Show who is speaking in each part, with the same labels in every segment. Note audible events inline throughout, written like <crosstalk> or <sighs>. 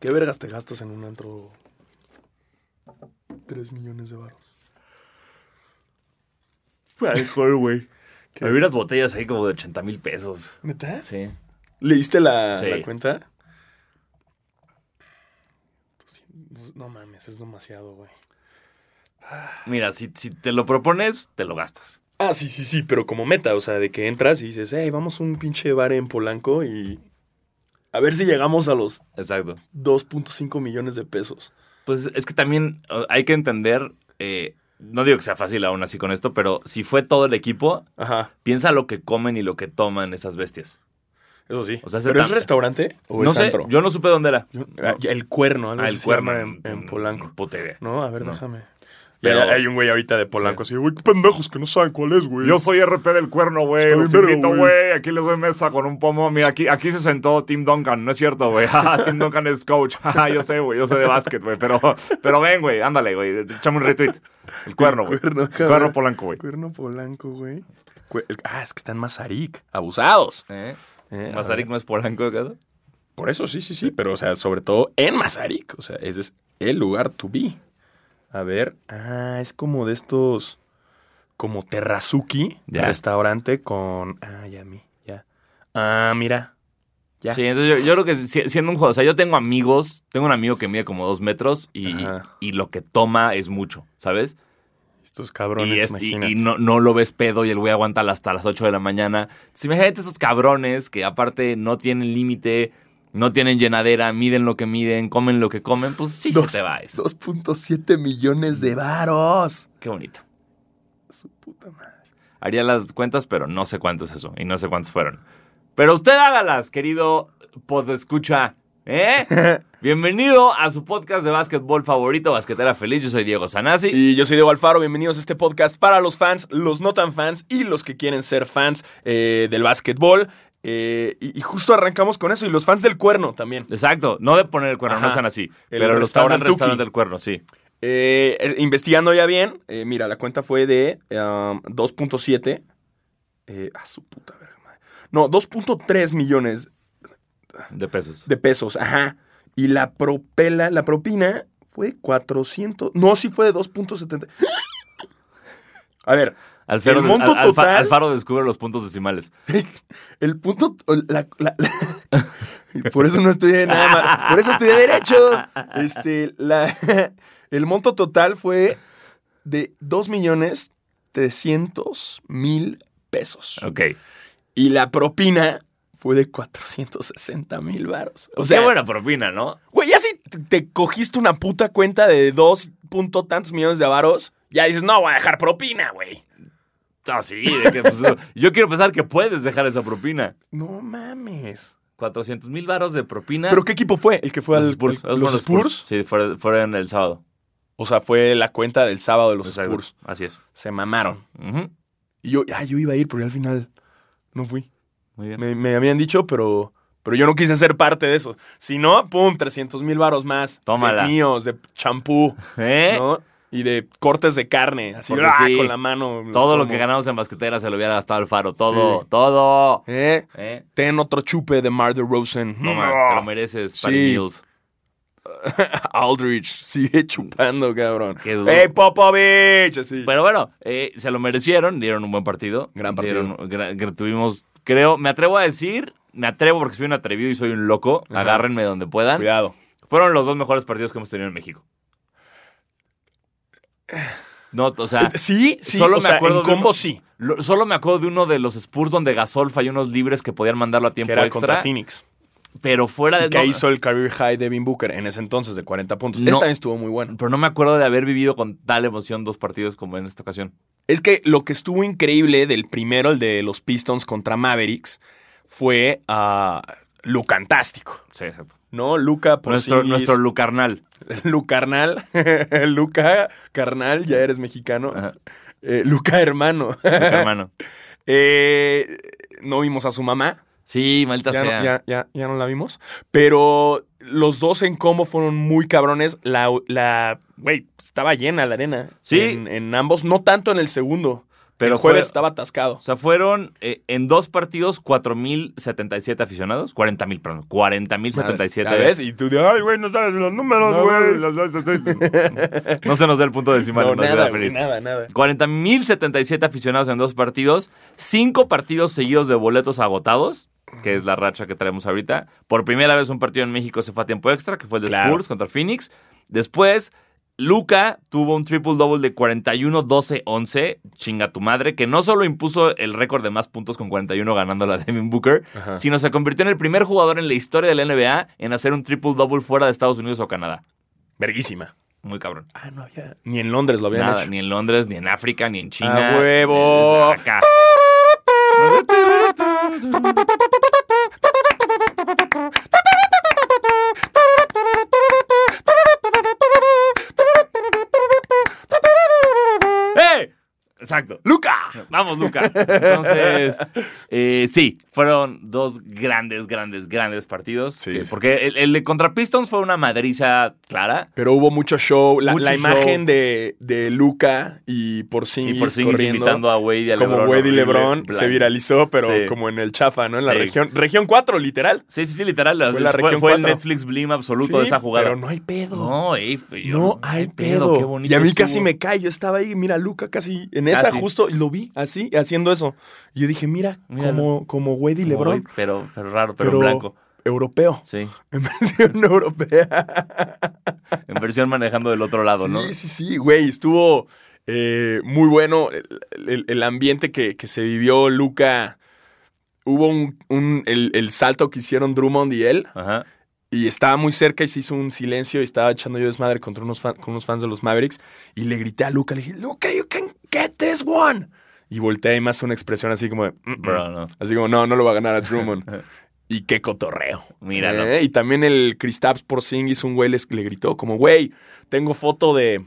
Speaker 1: ¿Qué vergas te gastas en un antro? Tres millones de baros.
Speaker 2: Alcohol, <laughs> güey. Había unas botellas ahí como de 80 mil pesos.
Speaker 1: ¿Neta?
Speaker 2: Sí.
Speaker 1: ¿Leíste la,
Speaker 2: Sí.
Speaker 1: la cuenta? Doscientos- No mames, es demasiado, güey.
Speaker 2: Mira, si, si te lo propones, te lo gastas.
Speaker 1: Ah, sí, sí, sí, pero como meta, o sea, de que entras y dices, hey, vamos a un pinche bar en Polanco y a ver si llegamos a los
Speaker 2: Exacto.
Speaker 1: 2.5 millones de pesos.
Speaker 2: Pues es que también o- hay que entender, eh, no digo que sea fácil aún así con esto, pero si fue todo el equipo,
Speaker 1: Ajá,
Speaker 2: piensa lo que comen y lo que toman esas bestias.
Speaker 1: eso sí.
Speaker 2: O sea, se
Speaker 1: ¿Pero es
Speaker 2: ta-
Speaker 1: restaurante o
Speaker 2: no
Speaker 1: es
Speaker 2: sé,
Speaker 1: antro?
Speaker 2: yo no supe dónde era.
Speaker 1: Ah, El cuerno, algo
Speaker 2: Ah,
Speaker 1: así
Speaker 2: el
Speaker 1: se
Speaker 2: cuerno
Speaker 1: llama en, en Polanco.
Speaker 2: Puta idea.
Speaker 1: No, a ver,
Speaker 2: No.
Speaker 1: déjame.
Speaker 2: Pero-
Speaker 1: hay un güey ahorita de Polanco así, güey, qué pendejos que no saben cuál es, güey. <laughs>
Speaker 2: Yo soy RP del cuerno, güey.
Speaker 1: Está
Speaker 2: Los
Speaker 1: bien verga,
Speaker 2: invito,
Speaker 1: Pues, güey.
Speaker 2: güey. Aquí les doy mesa con un pomo. Mira, aquí, aquí se sentó Tim Duncan. No es cierto, güey. <laughs> Jaja, Tim Duncan es coach. Jaja, yo sé, güey. Yo sé de básquet, güey. Pero, pero ven, güey. Ándale, güey. Échame un retweet. El cuerno, güey.
Speaker 1: cuerno,
Speaker 2: El
Speaker 1: déjame
Speaker 2: cuerno
Speaker 1: ver.
Speaker 2: polanco, güey.
Speaker 1: Cuerno Polanco, güey. Cue- el- Ah, es que está en Mazarik. Abusados.
Speaker 2: ¿Eh?
Speaker 1: Eh, a
Speaker 2: ¿Mazarik
Speaker 1: ver.
Speaker 2: no es polanco, acaso?
Speaker 1: Por eso, sí, sí, sí. Pero, o sea, sobre todo en Mazarik. O sea, ese es el lugar to be. A ver. Ah, es como de estos. Como Terrazuki.
Speaker 2: Ya.
Speaker 1: Restaurante con. Ah, ya, mi. Ya. Ah, mira. Ya.
Speaker 2: Sí, entonces yo, yo creo que si- siendo un juego, o sea, yo tengo amigos, tengo un amigo que mide como dos metros y,
Speaker 1: Ajá.
Speaker 2: y lo que toma es mucho, ¿sabes?
Speaker 1: Estos cabrones.
Speaker 2: y, es- y-
Speaker 1: imagínate.
Speaker 2: y no, no lo ves pedo y el güey aguanta hasta las 8 de la mañana. Entonces, imagínate estos cabrones que aparte no tienen límite, no tienen llenadera, miden lo que miden, comen lo que comen, pues sí
Speaker 1: Dos-
Speaker 2: se te va eso.
Speaker 1: 2.7 millones de varos.
Speaker 2: Qué bonito.
Speaker 1: Su puta madre.
Speaker 2: Haría las cuentas, pero no sé cuánto es eso y no sé cuántos fueron. Pero usted hágalas, querido podescucha, ¿eh?
Speaker 1: <laughs>
Speaker 2: Bienvenido a su podcast de básquetbol favorito, Basquetera Feliz. Yo soy Diego Sanasi.
Speaker 1: Y yo soy Diego Alfaro, bienvenidos a este podcast para los fans, los no tan fans y los que quieren ser fans eh, del básquetbol. Eh, y, y justo arrancamos con eso, y los fans del cuerno también.
Speaker 2: Exacto, no de poner el cuerno,
Speaker 1: Ajá.
Speaker 2: no sean así.
Speaker 1: El
Speaker 2: pero los fans del
Speaker 1: restaurantuki.
Speaker 2: restaurante del cuerno, sí.
Speaker 1: Eh, eh, investigando ya bien, eh, mira, la cuenta fue de um, 2.7. eh, a su puta verga madre. No, 2.3 millones
Speaker 2: De pesos.
Speaker 1: de pesos, ajá. Y la propela, la propina fue 400. No, sí fue de 2.70. A ver,
Speaker 2: Alfaro,
Speaker 1: El monto
Speaker 2: Al- Alfa-
Speaker 1: total-
Speaker 2: Alfaro descubre los puntos decimales.
Speaker 1: El punto. la- la- <laughs> la- por eso no estudié nada más. Por eso estudié Derecho. Este, la, <laughs> el monto total fue de 2.300.000 pesos.
Speaker 2: Ok.
Speaker 1: Y la propina fue de 460 mil varos. O
Speaker 2: Qué
Speaker 1: sea,
Speaker 2: buena propina, ¿no?
Speaker 1: güey, ya si te- te cogiste una puta cuenta de dos punto tantos millones de varos, ya dices, no, voy a dejar propina, güey.
Speaker 2: Ah, sí, de que, pues, yo quiero pensar que puedes dejar esa propina.
Speaker 1: No mames.
Speaker 2: 400 mil varos de propina.
Speaker 1: ¿Pero qué equipo fue? ¿El que fue al
Speaker 2: los Spurs.
Speaker 1: el-
Speaker 2: Esos
Speaker 1: los
Speaker 2: fueron
Speaker 1: Spurs?
Speaker 2: Sí, fueron, fueron el sábado.
Speaker 1: O sea, fue la cuenta del sábado de los
Speaker 2: Exacto.
Speaker 1: Spurs.
Speaker 2: Así es.
Speaker 1: Se mamaron.
Speaker 2: Ujú.
Speaker 1: Y yo, ah, yo iba a ir, pero yo al final no fui.
Speaker 2: Muy bien.
Speaker 1: Me, me habían dicho, pero, pero yo no quise ser parte de eso. Si no, pum, 300 mil varos más.
Speaker 2: Tómala.
Speaker 1: De míos, de champú,
Speaker 2: ¿Eh?
Speaker 1: ¿no? Y de cortes de carne. Así,
Speaker 2: Porque
Speaker 1: ah,
Speaker 2: sí.
Speaker 1: con la mano. los
Speaker 2: Todo lo
Speaker 1: como.
Speaker 2: que ganamos en basquetera se lo hubiera gastado Alfaro. Todo,
Speaker 1: Sí.
Speaker 2: todo.
Speaker 1: ¿Eh?
Speaker 2: ¿Eh?
Speaker 1: Ten otro chupe de Mar de Rosen.
Speaker 2: No, man, te lo mereces, Patty
Speaker 1: Sí.
Speaker 2: Mills.
Speaker 1: Aldrich sigue chupando, cabrón.
Speaker 2: Mm. Qué duro.
Speaker 1: ¡Ey, Popovich! Así.
Speaker 2: <laughs> Pero bueno, eh, se lo merecieron, dieron un buen partido.
Speaker 1: Gran partido.
Speaker 2: Dieron- gra- gra- tuvimos, creo, me atrevo a decir, me atrevo porque soy un atrevido y soy un loco.
Speaker 1: Ajá.
Speaker 2: Agárrenme donde puedan.
Speaker 1: Cuidado.
Speaker 2: Fueron los dos mejores partidos que hemos tenido
Speaker 1: <sighs>
Speaker 2: en México. No, o sea,
Speaker 1: Sí, sí.
Speaker 2: Solo
Speaker 1: o
Speaker 2: me
Speaker 1: sea,
Speaker 2: acuerdo
Speaker 1: en
Speaker 2: de un-
Speaker 1: combo sí.
Speaker 2: lo- solo me acuerdo de uno de los Spurs donde Gasol falló unos libres que podían mandarlo a tiempo
Speaker 1: Que era
Speaker 2: extra.
Speaker 1: contra Phoenix.
Speaker 2: Pero fuera de
Speaker 1: que
Speaker 2: no,
Speaker 1: hizo el career high Devin Booker en ese entonces de 40 puntos.
Speaker 2: No.
Speaker 1: Esta vez estuvo muy bueno.
Speaker 2: Pero no me acuerdo de haber vivido con tal emoción dos partidos como en esta ocasión.
Speaker 1: Es que lo que estuvo increíble del primero, el de los Pistons contra Mavericks, fue ah, lo cantástico,
Speaker 2: Sí, exacto.
Speaker 1: ¿no? Luca por <laughs>
Speaker 2: Nuestro, nuestro Lucarnal.
Speaker 1: Lucarnal. <laughs> Luca Carnal, ya eres mexicano. <laughs>
Speaker 2: Ajá.
Speaker 1: Eh, Luca Hermano. <laughs>
Speaker 2: Lucarmano.
Speaker 1: Eh, no vimos a su mamá.
Speaker 2: Sí, maldita
Speaker 1: ya, no-
Speaker 2: sea.
Speaker 1: ya- ya- ya no la vimos. Pero los dos en combo fueron muy cabrones. La, la güey, estaba llena la arena.
Speaker 2: Sí.
Speaker 1: En, en ambos, no tanto en el segundo.
Speaker 2: Pero
Speaker 1: el jueves
Speaker 2: fue-
Speaker 1: estaba atascado.
Speaker 2: O sea, fueron eh, en dos partidos 4.077 aficionados. 40.000, perdón. 40.077.
Speaker 1: ¿Ya ves? Y tú, de, ay, güey, no sabes los números,
Speaker 2: No,
Speaker 1: güey.
Speaker 2: <laughs> No se nos da el punto decimal.
Speaker 1: No,
Speaker 2: nos
Speaker 1: nada,
Speaker 2: da
Speaker 1: güey,
Speaker 2: feliz.
Speaker 1: nada, nada.
Speaker 2: 40.077 aficionados en dos partidos, cinco partidos seguidos de boletos agotados, que es la racha que traemos ahorita. Por primera vez un partido en México se fue a tiempo extra, que fue el de
Speaker 1: Claro.
Speaker 2: Spurs contra Phoenix. Después, Luca tuvo un triple-double de 41-12-11, chinga tu madre, que no solo impuso el récord de más puntos con 41 ganando la Devin Booker,
Speaker 3: Ajá.
Speaker 2: sino se convirtió en el primer jugador en la historia de la NBA en hacer un triple-double fuera de Estados Unidos o Canadá.
Speaker 1: Verguísima.
Speaker 2: Muy cabrón.
Speaker 1: Ah, no había. Ni en Londres lo habían
Speaker 2: Nada,
Speaker 1: hecho.
Speaker 2: ni en Londres, ni en África, ni en China.
Speaker 1: ¡A huevo! <laughs>
Speaker 2: Es acá. ¡Eh! Exacto.
Speaker 1: ¡Luca!
Speaker 2: Vamos, Luca. Entonces, eh, sí, fueron dos grandes, grandes, grandes partidos.
Speaker 3: Sí,
Speaker 2: que-
Speaker 3: sí.
Speaker 2: Porque el, el de contra Pistons fue una madriza clara.
Speaker 1: Pero hubo mucho show. La,
Speaker 2: Mucho
Speaker 1: la
Speaker 2: show.
Speaker 1: imagen de, de Luca y Porzingis,
Speaker 2: Y por sí
Speaker 1: corriendo
Speaker 2: invitando a Wade y a
Speaker 1: como
Speaker 2: LeBron,
Speaker 1: Wade y
Speaker 2: horrible,
Speaker 1: LeBron se
Speaker 2: blanco.
Speaker 1: viralizó, pero
Speaker 2: Sí.
Speaker 1: como en el chafa, ¿no? En la
Speaker 2: Sí.
Speaker 1: región región 4, literal.
Speaker 2: Sí, sí, sí, literal. Fue,
Speaker 1: Fue la
Speaker 2: fue,
Speaker 1: región
Speaker 2: fue el
Speaker 1: cuatro.
Speaker 2: Netflix Blim absoluto de
Speaker 1: Sí,
Speaker 2: esa jugada.
Speaker 1: Pero no hay pedo. No,
Speaker 2: No, ey, fe- yo-
Speaker 1: hay pedo.
Speaker 2: Qué bonito
Speaker 1: y a mí
Speaker 2: estuvo.
Speaker 1: casi me cae. Yo estaba ahí, mira, Luca casi en esa
Speaker 2: Casi.
Speaker 1: justo y lo vi así, haciendo eso. Y yo dije, mira,
Speaker 2: Míralo.
Speaker 1: como, como Wade y
Speaker 2: Como,
Speaker 1: LeBron,
Speaker 2: ey, Pero, pero raro, pero,
Speaker 1: pero,
Speaker 2: en blanco.
Speaker 1: europeo. <laughs>
Speaker 2: Sí.
Speaker 1: En versión europea.
Speaker 2: En versión manejando del otro lado, ¿no?
Speaker 1: Sí, sí, sí, güey, estuvo eh, muy bueno el, el- el ambiente que, que se vivió, Luca. Hubo un, un- el, el salto que hicieron Drummond y él,
Speaker 2: Ajá.
Speaker 1: y estaba muy cerca y se hizo un silencio y estaba echando yo desmadre contra unos fan- con unos fans de los Mavericks, y le grité a Luca, le dije, Luca, you can get this one. Y volteé y más una expresión así como de, "Mm-mm".
Speaker 2: Bro, no.
Speaker 1: así como, no, no lo va a ganar a
Speaker 2: <laughs>
Speaker 1: Drummond. y qué cotorreo.
Speaker 2: Míralo.
Speaker 1: Eh, y también el Kristaps Porzingis, un güey les- le gritó como, güey, tengo foto de,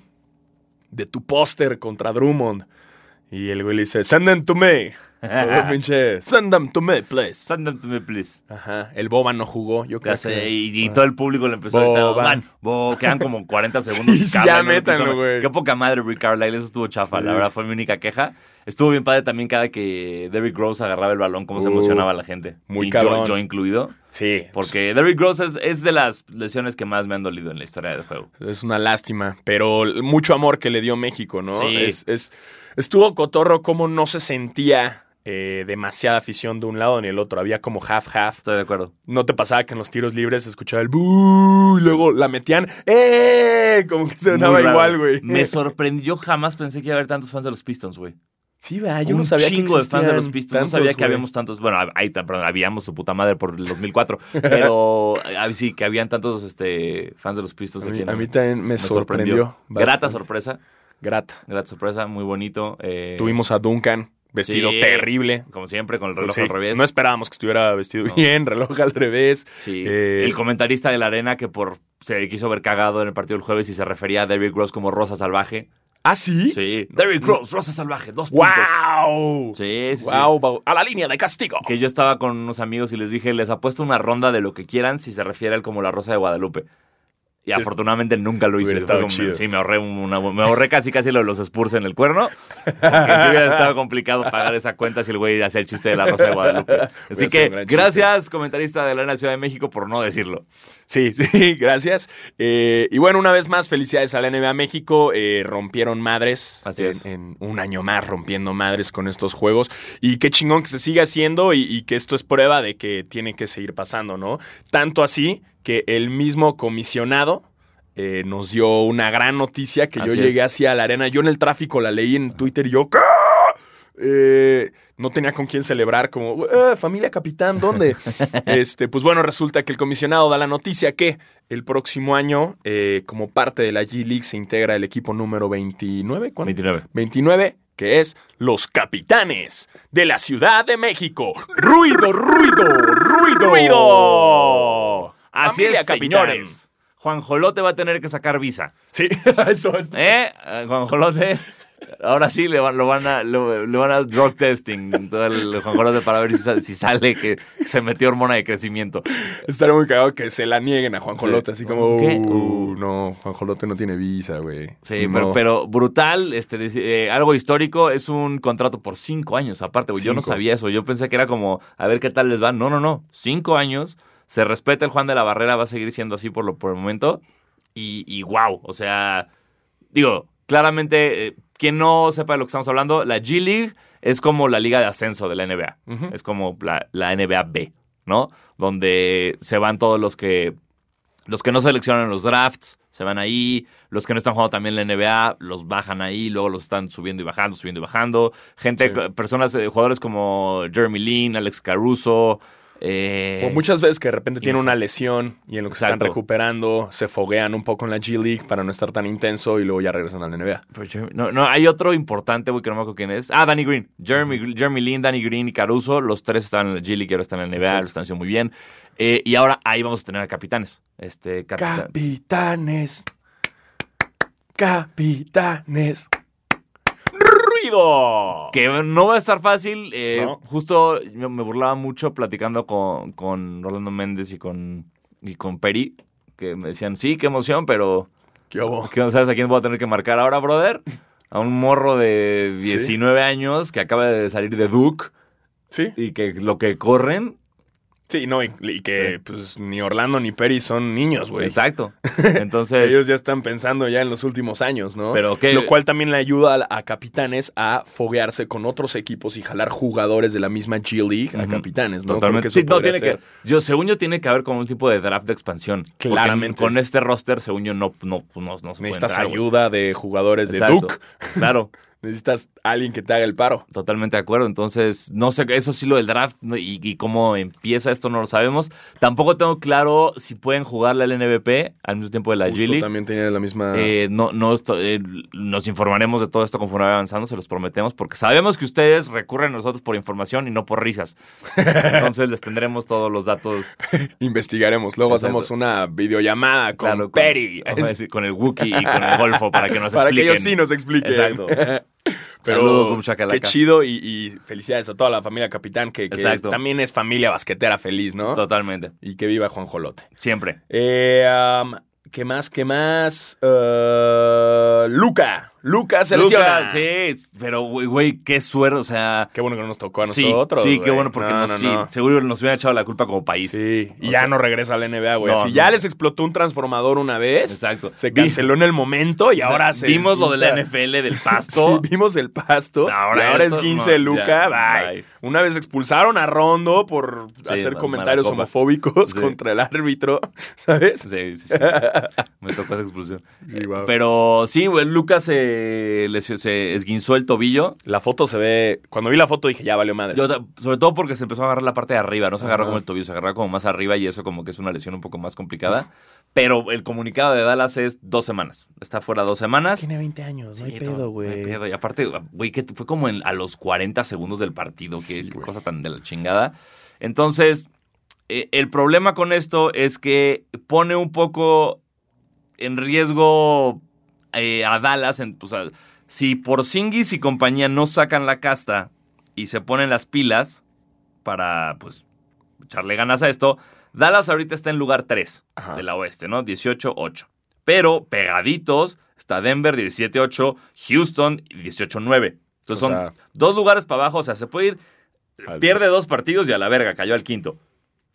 Speaker 1: de tu póster contra Drummond. Y el güey le dice, send them to
Speaker 2: <laughs>
Speaker 1: me. Todo pinche, send them to me, please.
Speaker 2: Send them to me, please.
Speaker 1: Ajá, el Boba no jugó, yo creo
Speaker 2: Ya sé,
Speaker 1: que...
Speaker 2: y, y todo el público le empezó a gritar.
Speaker 1: Ah. Boban.
Speaker 2: "Van, Bo,
Speaker 1: <laughs>
Speaker 2: quedan como 40 segundos.
Speaker 1: Sí,
Speaker 2: y
Speaker 1: sí,
Speaker 2: Carlisle
Speaker 1: ya
Speaker 2: no lo quiso
Speaker 1: métanlo,
Speaker 2: meter.
Speaker 1: güey.
Speaker 2: Qué poca madre, Rick Carlisle. Eso estuvo chafa, la
Speaker 1: Sí.
Speaker 2: verdad. Fue mi única queja. Estuvo bien padre también cada que Derrick Rose agarraba el balón, cómo se
Speaker 1: Uh,
Speaker 2: emocionaba la gente.
Speaker 1: muy
Speaker 2: y yo-
Speaker 1: cabrón.
Speaker 2: yo incluido.
Speaker 1: Sí,
Speaker 2: Porque Derrick Rose es, es de las lesiones que más me han dolido en la historia del juego.
Speaker 1: es una lástima, pero l- mucho amor que le dio México, ¿no?
Speaker 2: Sí.
Speaker 1: Es, es- estuvo cotorro como no se sentía eh, demasiada afición de un lado ni el otro, había como half-half.
Speaker 2: Estoy de acuerdo.
Speaker 1: ¿No te pasaba que en los tiros libres se escuchaba el buuuu y luego la metían ¡eh! Como que sonaba
Speaker 2: Muy raro.
Speaker 1: igual, güey.
Speaker 2: Me sorprendió. Yo jamás pensé que iba a haber tantos fans de los Pistons, güey.
Speaker 1: <laughs> Sí, va, yo
Speaker 2: Un
Speaker 1: no sabía que
Speaker 2: chingo de fans de los
Speaker 1: existían
Speaker 2: Pistons.
Speaker 1: tantos,
Speaker 2: no sabía que
Speaker 1: güey.
Speaker 2: habíamos tantos. Bueno, hab- ahí, ta- perdón, habíamos su puta madre por el 2004.
Speaker 1: <laughs>
Speaker 2: pero ah, sí, que habían tantos este, fans de los Pistons
Speaker 1: A mí,
Speaker 2: aquí. en-
Speaker 1: a mí también me,
Speaker 2: me
Speaker 1: sorprendió.
Speaker 2: Grata
Speaker 1: bastante.
Speaker 2: sorpresa.
Speaker 1: Grata.
Speaker 2: Grata sorpresa. Muy bonito. eh,
Speaker 1: Tuvimos a Duncan vestido
Speaker 2: Sí.
Speaker 1: terrible.
Speaker 2: Como siempre, con el reloj
Speaker 1: Sí,
Speaker 2: al revés.
Speaker 1: No esperábamos que estuviera vestido
Speaker 2: No.
Speaker 1: bien, <laughs> reloj al revés.
Speaker 2: Sí.
Speaker 1: Eh,
Speaker 2: el comentarista de la arena que por se quiso ver cagado en el partido del jueves y se refería a Derrick Rose como Rosa Salvaje.
Speaker 1: ¿Ah, sí?
Speaker 2: Sí. Derrick Rose, Rosa Salvaje, dos puntos.
Speaker 1: ¡Wow!
Speaker 2: Sí, sí.
Speaker 1: ¡Wow! wow. ¡A la línea de castigo!
Speaker 2: Que yo estaba con unos amigos y les dije, les apuesto una ronda de lo que quieran si se refiere al como la Rosa de Guadalupe. Y afortunadamente nunca lo hice.
Speaker 1: Hubiera estado chido.
Speaker 2: sí, me ahorré, una- me ahorré casi casi lo de los Spurs en el cuerno. Porque sí hubiera estado complicado pagar esa cuenta si el güey hacía el chiste de la Rosa de Guadalupe. Así
Speaker 1: sido un
Speaker 2: que
Speaker 1: gran chiste.
Speaker 2: gracias, comentarista de la Arena Ciudad de México, por no decirlo.
Speaker 1: Sí, <laughs> sí, gracias. Eh, y bueno, una vez más, felicidades a la NBA México. Eh, rompieron madres.
Speaker 2: Así
Speaker 1: en,
Speaker 2: es.
Speaker 1: en un año más rompiendo madres con estos juegos. Y qué chingón que se siga haciendo y, y que esto es prueba de que tiene que seguir pasando, ¿no? Tanto así que el mismo comisionado eh, nos dio una gran noticia que
Speaker 2: Así
Speaker 1: yo llegué
Speaker 2: es.
Speaker 1: hacia la arena. Yo en el tráfico la leí en Twitter y yo... ¿qué? Eh, no tenía con quién celebrar, como, "Eh, familia capitán,
Speaker 2: <laughs>
Speaker 1: ¿dónde? este, pues bueno, resulta que el comisionado da la noticia que el próximo año, eh, como parte de la G League, se integra el equipo número 29, ¿cuánto?
Speaker 2: 29.
Speaker 1: 29, que es los capitanes de la Ciudad de México. ¡Ruido, ruido, ruido! ¡Ruido!
Speaker 2: Así
Speaker 1: Familia
Speaker 2: es,
Speaker 1: capitán.
Speaker 2: señores. Juan Jolote va a tener que sacar visa. <laughs>
Speaker 1: Sí, <laughs> eso es.
Speaker 2: ¿Eh? Eh, Juan Jolote Ahora sí le van, lo van a, lo- le van a drug testing en todo el guajolote para ver si sale, si sale que se metió hormona de crecimiento.
Speaker 1: Estaría muy cagado que se la nieguen a Juan Jolote,
Speaker 2: Sí.
Speaker 1: así como,
Speaker 2: ¿Qué?
Speaker 1: "Uh, no, Juan Jolote no tiene visa, güey.
Speaker 2: Sí,
Speaker 1: No.
Speaker 2: pero, pero brutal, este, de- eh, algo histórico, es un contrato por cinco años. Aparte, güey, yo no
Speaker 1: Cinco.
Speaker 2: sabía eso. Yo pensé que era como, a ver qué tal les va. No, no, no. Cinco años. Se respeta el Juan de la Barrera, va a seguir siendo así por, lo, por el momento. Y, y wow, o sea, digo, claramente, eh, quien no sepa de lo que estamos hablando, la G League es como la liga de ascenso de la NBA.
Speaker 1: Ujú.
Speaker 2: Es como la, la NBA B, ¿no? Donde se van todos los que los que no seleccionan en los drafts se van ahí. Los que no están jugando también la NBA los bajan ahí. Luego los están subiendo y bajando, subiendo y bajando. Gente,
Speaker 1: Sí.
Speaker 2: personas, eh, jugadores como Jeremy Lin, Alex Caruso. eh,
Speaker 1: O muchas veces que de repente tiene
Speaker 2: Infa-
Speaker 1: una lesión y en lo que se están
Speaker 2: Exacto.
Speaker 1: recuperando se foguean un poco en la G League para no estar tan intenso y luego ya regresan a la NBA.
Speaker 2: pero pues, Jeremy- no, no, hay otro importante, güey, que no me acuerdo quién es. Ah, Danny Green. Jeremy, Jeremy Lin, Danny Green y Caruso. Los tres están en la G League, ahora están en la NBA,
Speaker 1: Exacto.
Speaker 2: lo están haciendo muy bien. Eh, y ahora ahí vamos a tener a capitanes. Este, capitán.
Speaker 1: Capitanes. Capitanes. ¡Ruido!
Speaker 2: Que no va a estar fácil. eh,
Speaker 1: No.
Speaker 2: Justo yo me burlaba mucho platicando con, con Rolando Méndez y con, y con Peri, que me decían, sí, qué emoción, pero
Speaker 1: ¿Qué hubo?
Speaker 2: ¿qué, ¿sabes a quién voy a tener que marcar ahora, brother? A un morro de 19 años que acaba de salir de Duke
Speaker 1: Sí.
Speaker 2: y que lo que corren...
Speaker 1: Sí, no, y, y que
Speaker 2: Sí.
Speaker 1: pues ni Orlando ni Perry son niños, güey. <laughs>
Speaker 2: Exacto. Entonces...
Speaker 1: Ellos ya están pensando ya en los últimos años, ¿no?
Speaker 2: Pero qué-
Speaker 1: Lo cual también le ayuda a, a capitanes a foguearse con otros equipos y jalar jugadores de la misma G League a
Speaker 2: Ujú.
Speaker 1: capitanes, ¿no? Creo que
Speaker 2: Totalmente.
Speaker 1: eso
Speaker 2: Sí, no,
Speaker 1: podría
Speaker 2: tiene
Speaker 1: ser.
Speaker 2: que, yo, según yo, tiene que haber como un tipo de draft de expansión. Porque
Speaker 1: Claramente.
Speaker 2: Con este roster, según yo, no, no, no, no se puede
Speaker 1: Necesitas
Speaker 2: entrar, güey.
Speaker 1: ayuda de jugadores de
Speaker 2: Exacto.
Speaker 1: Duke.
Speaker 2: Claro.
Speaker 1: Necesitas alguien que te haga el paro.
Speaker 2: Totalmente de acuerdo. Entonces, no sé, eso sí lo del draft ¿no? y, y cómo empieza esto no lo sabemos. Tampoco tengo claro si pueden jugarle al NBP al mismo tiempo de la
Speaker 1: Justo
Speaker 2: G League.
Speaker 1: también tiene la misma.
Speaker 2: Eh, no, no, esto- eh, nos informaremos de todo esto conforme vaya avanzando, se los prometemos, porque sabemos que ustedes recurren a nosotros por información y no por risas. Entonces les tendremos todos los datos,
Speaker 1: Investigaremos. Luego
Speaker 2: Exacto.
Speaker 1: hacemos una videollamada con
Speaker 2: claro,
Speaker 1: Perry.
Speaker 2: con, vamos a decir, con el Wookiee y con el Golfo para que nos
Speaker 1: Para que
Speaker 2: expliquen.
Speaker 1: ellos sí nos expliquen.
Speaker 2: Exacto.
Speaker 1: <laughs> Pero
Speaker 2: Saludos, Boom Shakalaka.
Speaker 1: Qué chido y, y felicidades a toda la familia Capitán, que, que
Speaker 2: Exacto.
Speaker 1: también es familia basquetera feliz, ¿no?
Speaker 2: Totalmente,
Speaker 1: Y que viva Juan Jolote.
Speaker 2: siempre.
Speaker 1: Eh, um, ¿Qué más? ¿Qué más? Eh, Luca. Luca se lesiona.
Speaker 2: Lucas, sí, pero güey, güey, qué suero, o sea...
Speaker 1: Qué bueno que no nos tocó a
Speaker 2: sí,
Speaker 1: nosotros.
Speaker 2: Sí, qué
Speaker 1: güey.
Speaker 2: bueno, porque
Speaker 1: No,
Speaker 2: nos-
Speaker 1: no,
Speaker 2: sí,
Speaker 1: no.
Speaker 2: seguro nos hubiera echado la culpa como país.
Speaker 1: Sí, y
Speaker 2: O
Speaker 1: ya
Speaker 2: sea-
Speaker 1: no regresa a la NBA, güey.
Speaker 2: No,
Speaker 1: Si
Speaker 2: no.
Speaker 1: ya les explotó un transformador una vez,
Speaker 2: Exacto.
Speaker 1: se
Speaker 2: Vi-
Speaker 1: canceló en el momento y ahora se.
Speaker 2: Vimos lo de la
Speaker 1: esguinza.
Speaker 2: NFL del
Speaker 1: <laughs>
Speaker 2: pasto.
Speaker 1: Sí, vimos el pasto. y
Speaker 2: Ahora
Speaker 1: Ahora, es
Speaker 2: esto,
Speaker 1: 15
Speaker 2: no,
Speaker 1: Luca.
Speaker 2: ya,
Speaker 1: bye.
Speaker 2: bye.
Speaker 1: Una vez expulsaron a Rondo por
Speaker 2: Sí,
Speaker 1: hacer
Speaker 2: ma-
Speaker 1: comentarios
Speaker 2: mala copa.
Speaker 1: homofóbicos
Speaker 2: Sí.
Speaker 1: contra el árbitro, <laughs> ¿sabes?
Speaker 2: Sí, sí, sí. Me tocó esa explosión.
Speaker 1: Sí, guau.
Speaker 2: Pero sí, güey, Lucas se, lesio- se esguinzó el tobillo.
Speaker 1: La foto se ve. Cuando vi la foto dije, ya valió madre.
Speaker 2: Yo ta- sobre todo porque se empezó a agarrar la parte de arriba, no se agarró
Speaker 1: Ajá.
Speaker 2: como el tobillo, se agarró como más arriba y eso como que es una lesión un poco más complicada. Pero el comunicado de Dallas es dos semanas. Está fuera dos semanas.
Speaker 1: 20 años,
Speaker 2: Sí, todo, No hay pedo. Y aparte, güey, que fue como en- a los 40 segundos del partido. Qué
Speaker 1: Sí, güey.
Speaker 2: cosa tan de la chingada. Entonces, eh, el problema con esto es que pone un poco en riesgo eh, a Dallas. en- o sea, si Porzingis y compañía no sacan la casta y se ponen las pilas para, pues, echarle ganas a esto, Dallas ahorita está en lugar 3
Speaker 1: Ajá.
Speaker 2: de la oeste, ¿no? 18-8. Pero pegaditos está Denver 17-8, Houston 18-9. Entonces
Speaker 1: O
Speaker 2: son
Speaker 1: sea-
Speaker 2: dos lugares para abajo, o sea, se puede ir,
Speaker 1: Al-
Speaker 2: pierde dos partidos y a la verga, cayó al quinto.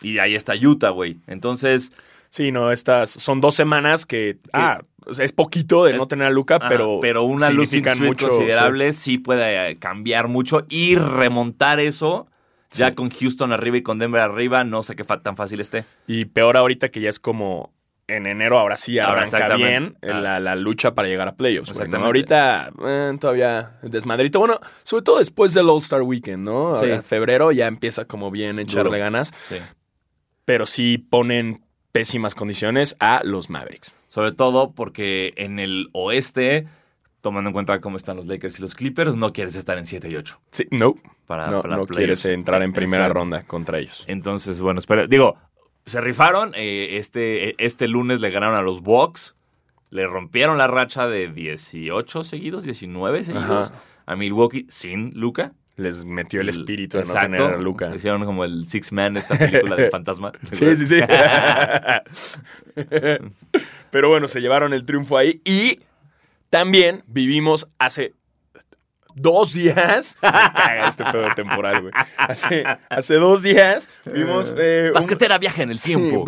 Speaker 2: Y ahí está Utah, güey. Entonces,
Speaker 1: Sí, no, estas son dos semanas que. Ah, o sea, es poquito de
Speaker 2: Es-
Speaker 1: no tener a Luca,
Speaker 2: ajá,
Speaker 1: Ah, pero.
Speaker 2: pero una luz
Speaker 1: significan mucho,
Speaker 2: considerable sí puede eh, cambiar mucho y remontar eso. Ya
Speaker 1: Sí.
Speaker 2: con Houston arriba y con Denver arriba, no sé qué fa- tan fácil esté.
Speaker 1: Y peor ahorita que ya es como en enero, ahora sí
Speaker 2: Ahora
Speaker 1: arranca
Speaker 2: exactamente.
Speaker 1: bien
Speaker 2: Ah.
Speaker 1: la, la lucha para llegar a playoffs. güey, ¿no?
Speaker 2: Exactamente.
Speaker 1: Ahorita eh, todavía desmadrito. Bueno, sobre todo después del All-Star Weekend, ¿no?
Speaker 2: Sí.
Speaker 1: Ahora, febrero ya empieza como bien echarle
Speaker 2: Duro.
Speaker 1: ganas,
Speaker 2: Sí.
Speaker 1: pero sí ponen pésimas condiciones a los Mavericks.
Speaker 2: Sobre todo porque en el oeste, tomando en cuenta cómo están los Lakers y los Clippers, no quieres estar en 7 y 8
Speaker 1: Sí, no,
Speaker 2: para,
Speaker 1: no,
Speaker 2: Ah, para
Speaker 1: no
Speaker 2: playoffs.
Speaker 1: quieres entrar en primera
Speaker 2: Exacto.
Speaker 1: ronda contra ellos.
Speaker 2: Entonces, bueno, espera. Digo, se rifaron. eh, este, eh, este lunes le ganaron a los Bucks. Le rompieron la racha de 18 seguidos, 19 seguidos a Milwaukee sin Luca.
Speaker 1: Les metió el espíritu de no
Speaker 2: Exacto.
Speaker 1: tener a Luca.
Speaker 2: Hicieron como el Six Man, esta película
Speaker 1: <laughs>
Speaker 2: del fantasma.
Speaker 1: Sí, sí, sí. <laughs> Pero bueno, se llevaron el triunfo ahí y también vivimos hace dos días. <laughs> Me caga este pedo de temporal, güey. Hace, hace dos días vimos eh, un,
Speaker 2: Basquetera viaja en
Speaker 1: <laughs>
Speaker 2: el tiempo.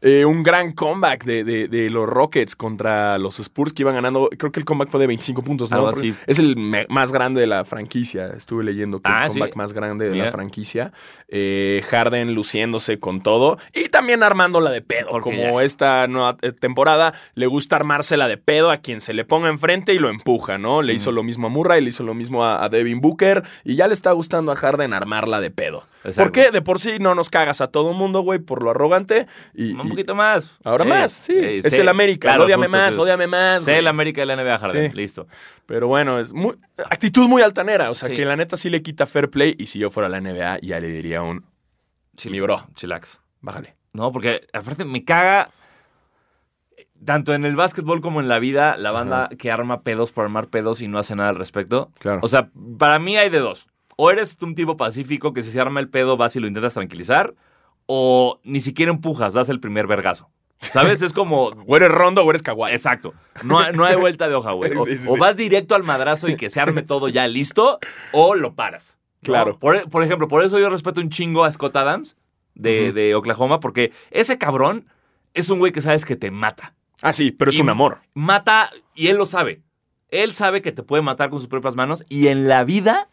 Speaker 1: eh, un gran comeback de, de- de los Rockets contra los Spurs que iban ganando. Creo que el comeback fue de 25 puntos, ¿no?
Speaker 2: Algo
Speaker 1: Porque
Speaker 2: así.
Speaker 1: Es el me- más grande de la franquicia. Estuve leyendo que
Speaker 2: Ah,
Speaker 1: el
Speaker 2: sí.
Speaker 1: comeback más grande de la
Speaker 2: Mira.
Speaker 1: franquicia. Eh, Harden luciéndose con todo y también armándola de pedo.
Speaker 2: Porque
Speaker 1: como
Speaker 2: ya.
Speaker 1: esta nueva eh, temporada le gusta armársela de pedo a quien se le ponga enfrente y lo empuja, ¿no? Le hizo lo mismo a Murray, le hizo lo mismo a, a Devin Booker y ya le está gustando a Harden armarla de pedo.
Speaker 2: Exacto.
Speaker 1: ¿Por qué? De por sí no nos cagas a todo mundo, güey, por lo arrogante y,
Speaker 2: Un
Speaker 1: y-
Speaker 2: poquito más. Eh,
Speaker 1: Ahora más, sí. Es el América, ódiame
Speaker 2: justo,
Speaker 1: más,
Speaker 2: entonces,
Speaker 1: ódiame más,
Speaker 2: Sé
Speaker 1: güey.
Speaker 2: el América de la NBA Harden.
Speaker 1: Sí.
Speaker 2: Listo.
Speaker 1: Pero bueno, es muy, actitud muy altanera. O sea,
Speaker 2: Sí.
Speaker 1: que la neta sí le quita fair play. Y si yo fuera la NBA, ya le diría un
Speaker 2: Chilax,
Speaker 1: Mi bro.
Speaker 2: Chilax.
Speaker 1: bájale.
Speaker 2: No, porque aparte me caga. eh, Tanto en el básquetbol como en la vida, la banda que arma pedos por armar pedos y no hace nada al respecto.
Speaker 1: Claro.
Speaker 2: O sea, para mí hay de dos. O eres un tipo pacífico que si se arma el pedo vas y lo intentas tranquilizar, o ni siquiera empujas, das el primer vergazo. ¿Sabes? Es como,
Speaker 1: O eres rondo o eres kawaii.
Speaker 2: Exacto. No, hay- no hay vuelta de hoja, güey. O,
Speaker 1: <laughs> Sí, sí,
Speaker 2: o
Speaker 1: sí.
Speaker 2: vas directo al madrazo y que se arme todo ya listo, o lo paras. ¿no?
Speaker 1: Claro.
Speaker 2: Por, por ejemplo, por eso yo respeto un chingo a Scott Adams de,
Speaker 1: Ujú.
Speaker 2: de Oklahoma, porque ese cabrón es un güey que sabes que te mata.
Speaker 1: Ah, sí, pero es
Speaker 2: Y-
Speaker 1: un amor.
Speaker 2: Mata, y él lo sabe. Él sabe que te puede matar con sus propias manos, y en la vida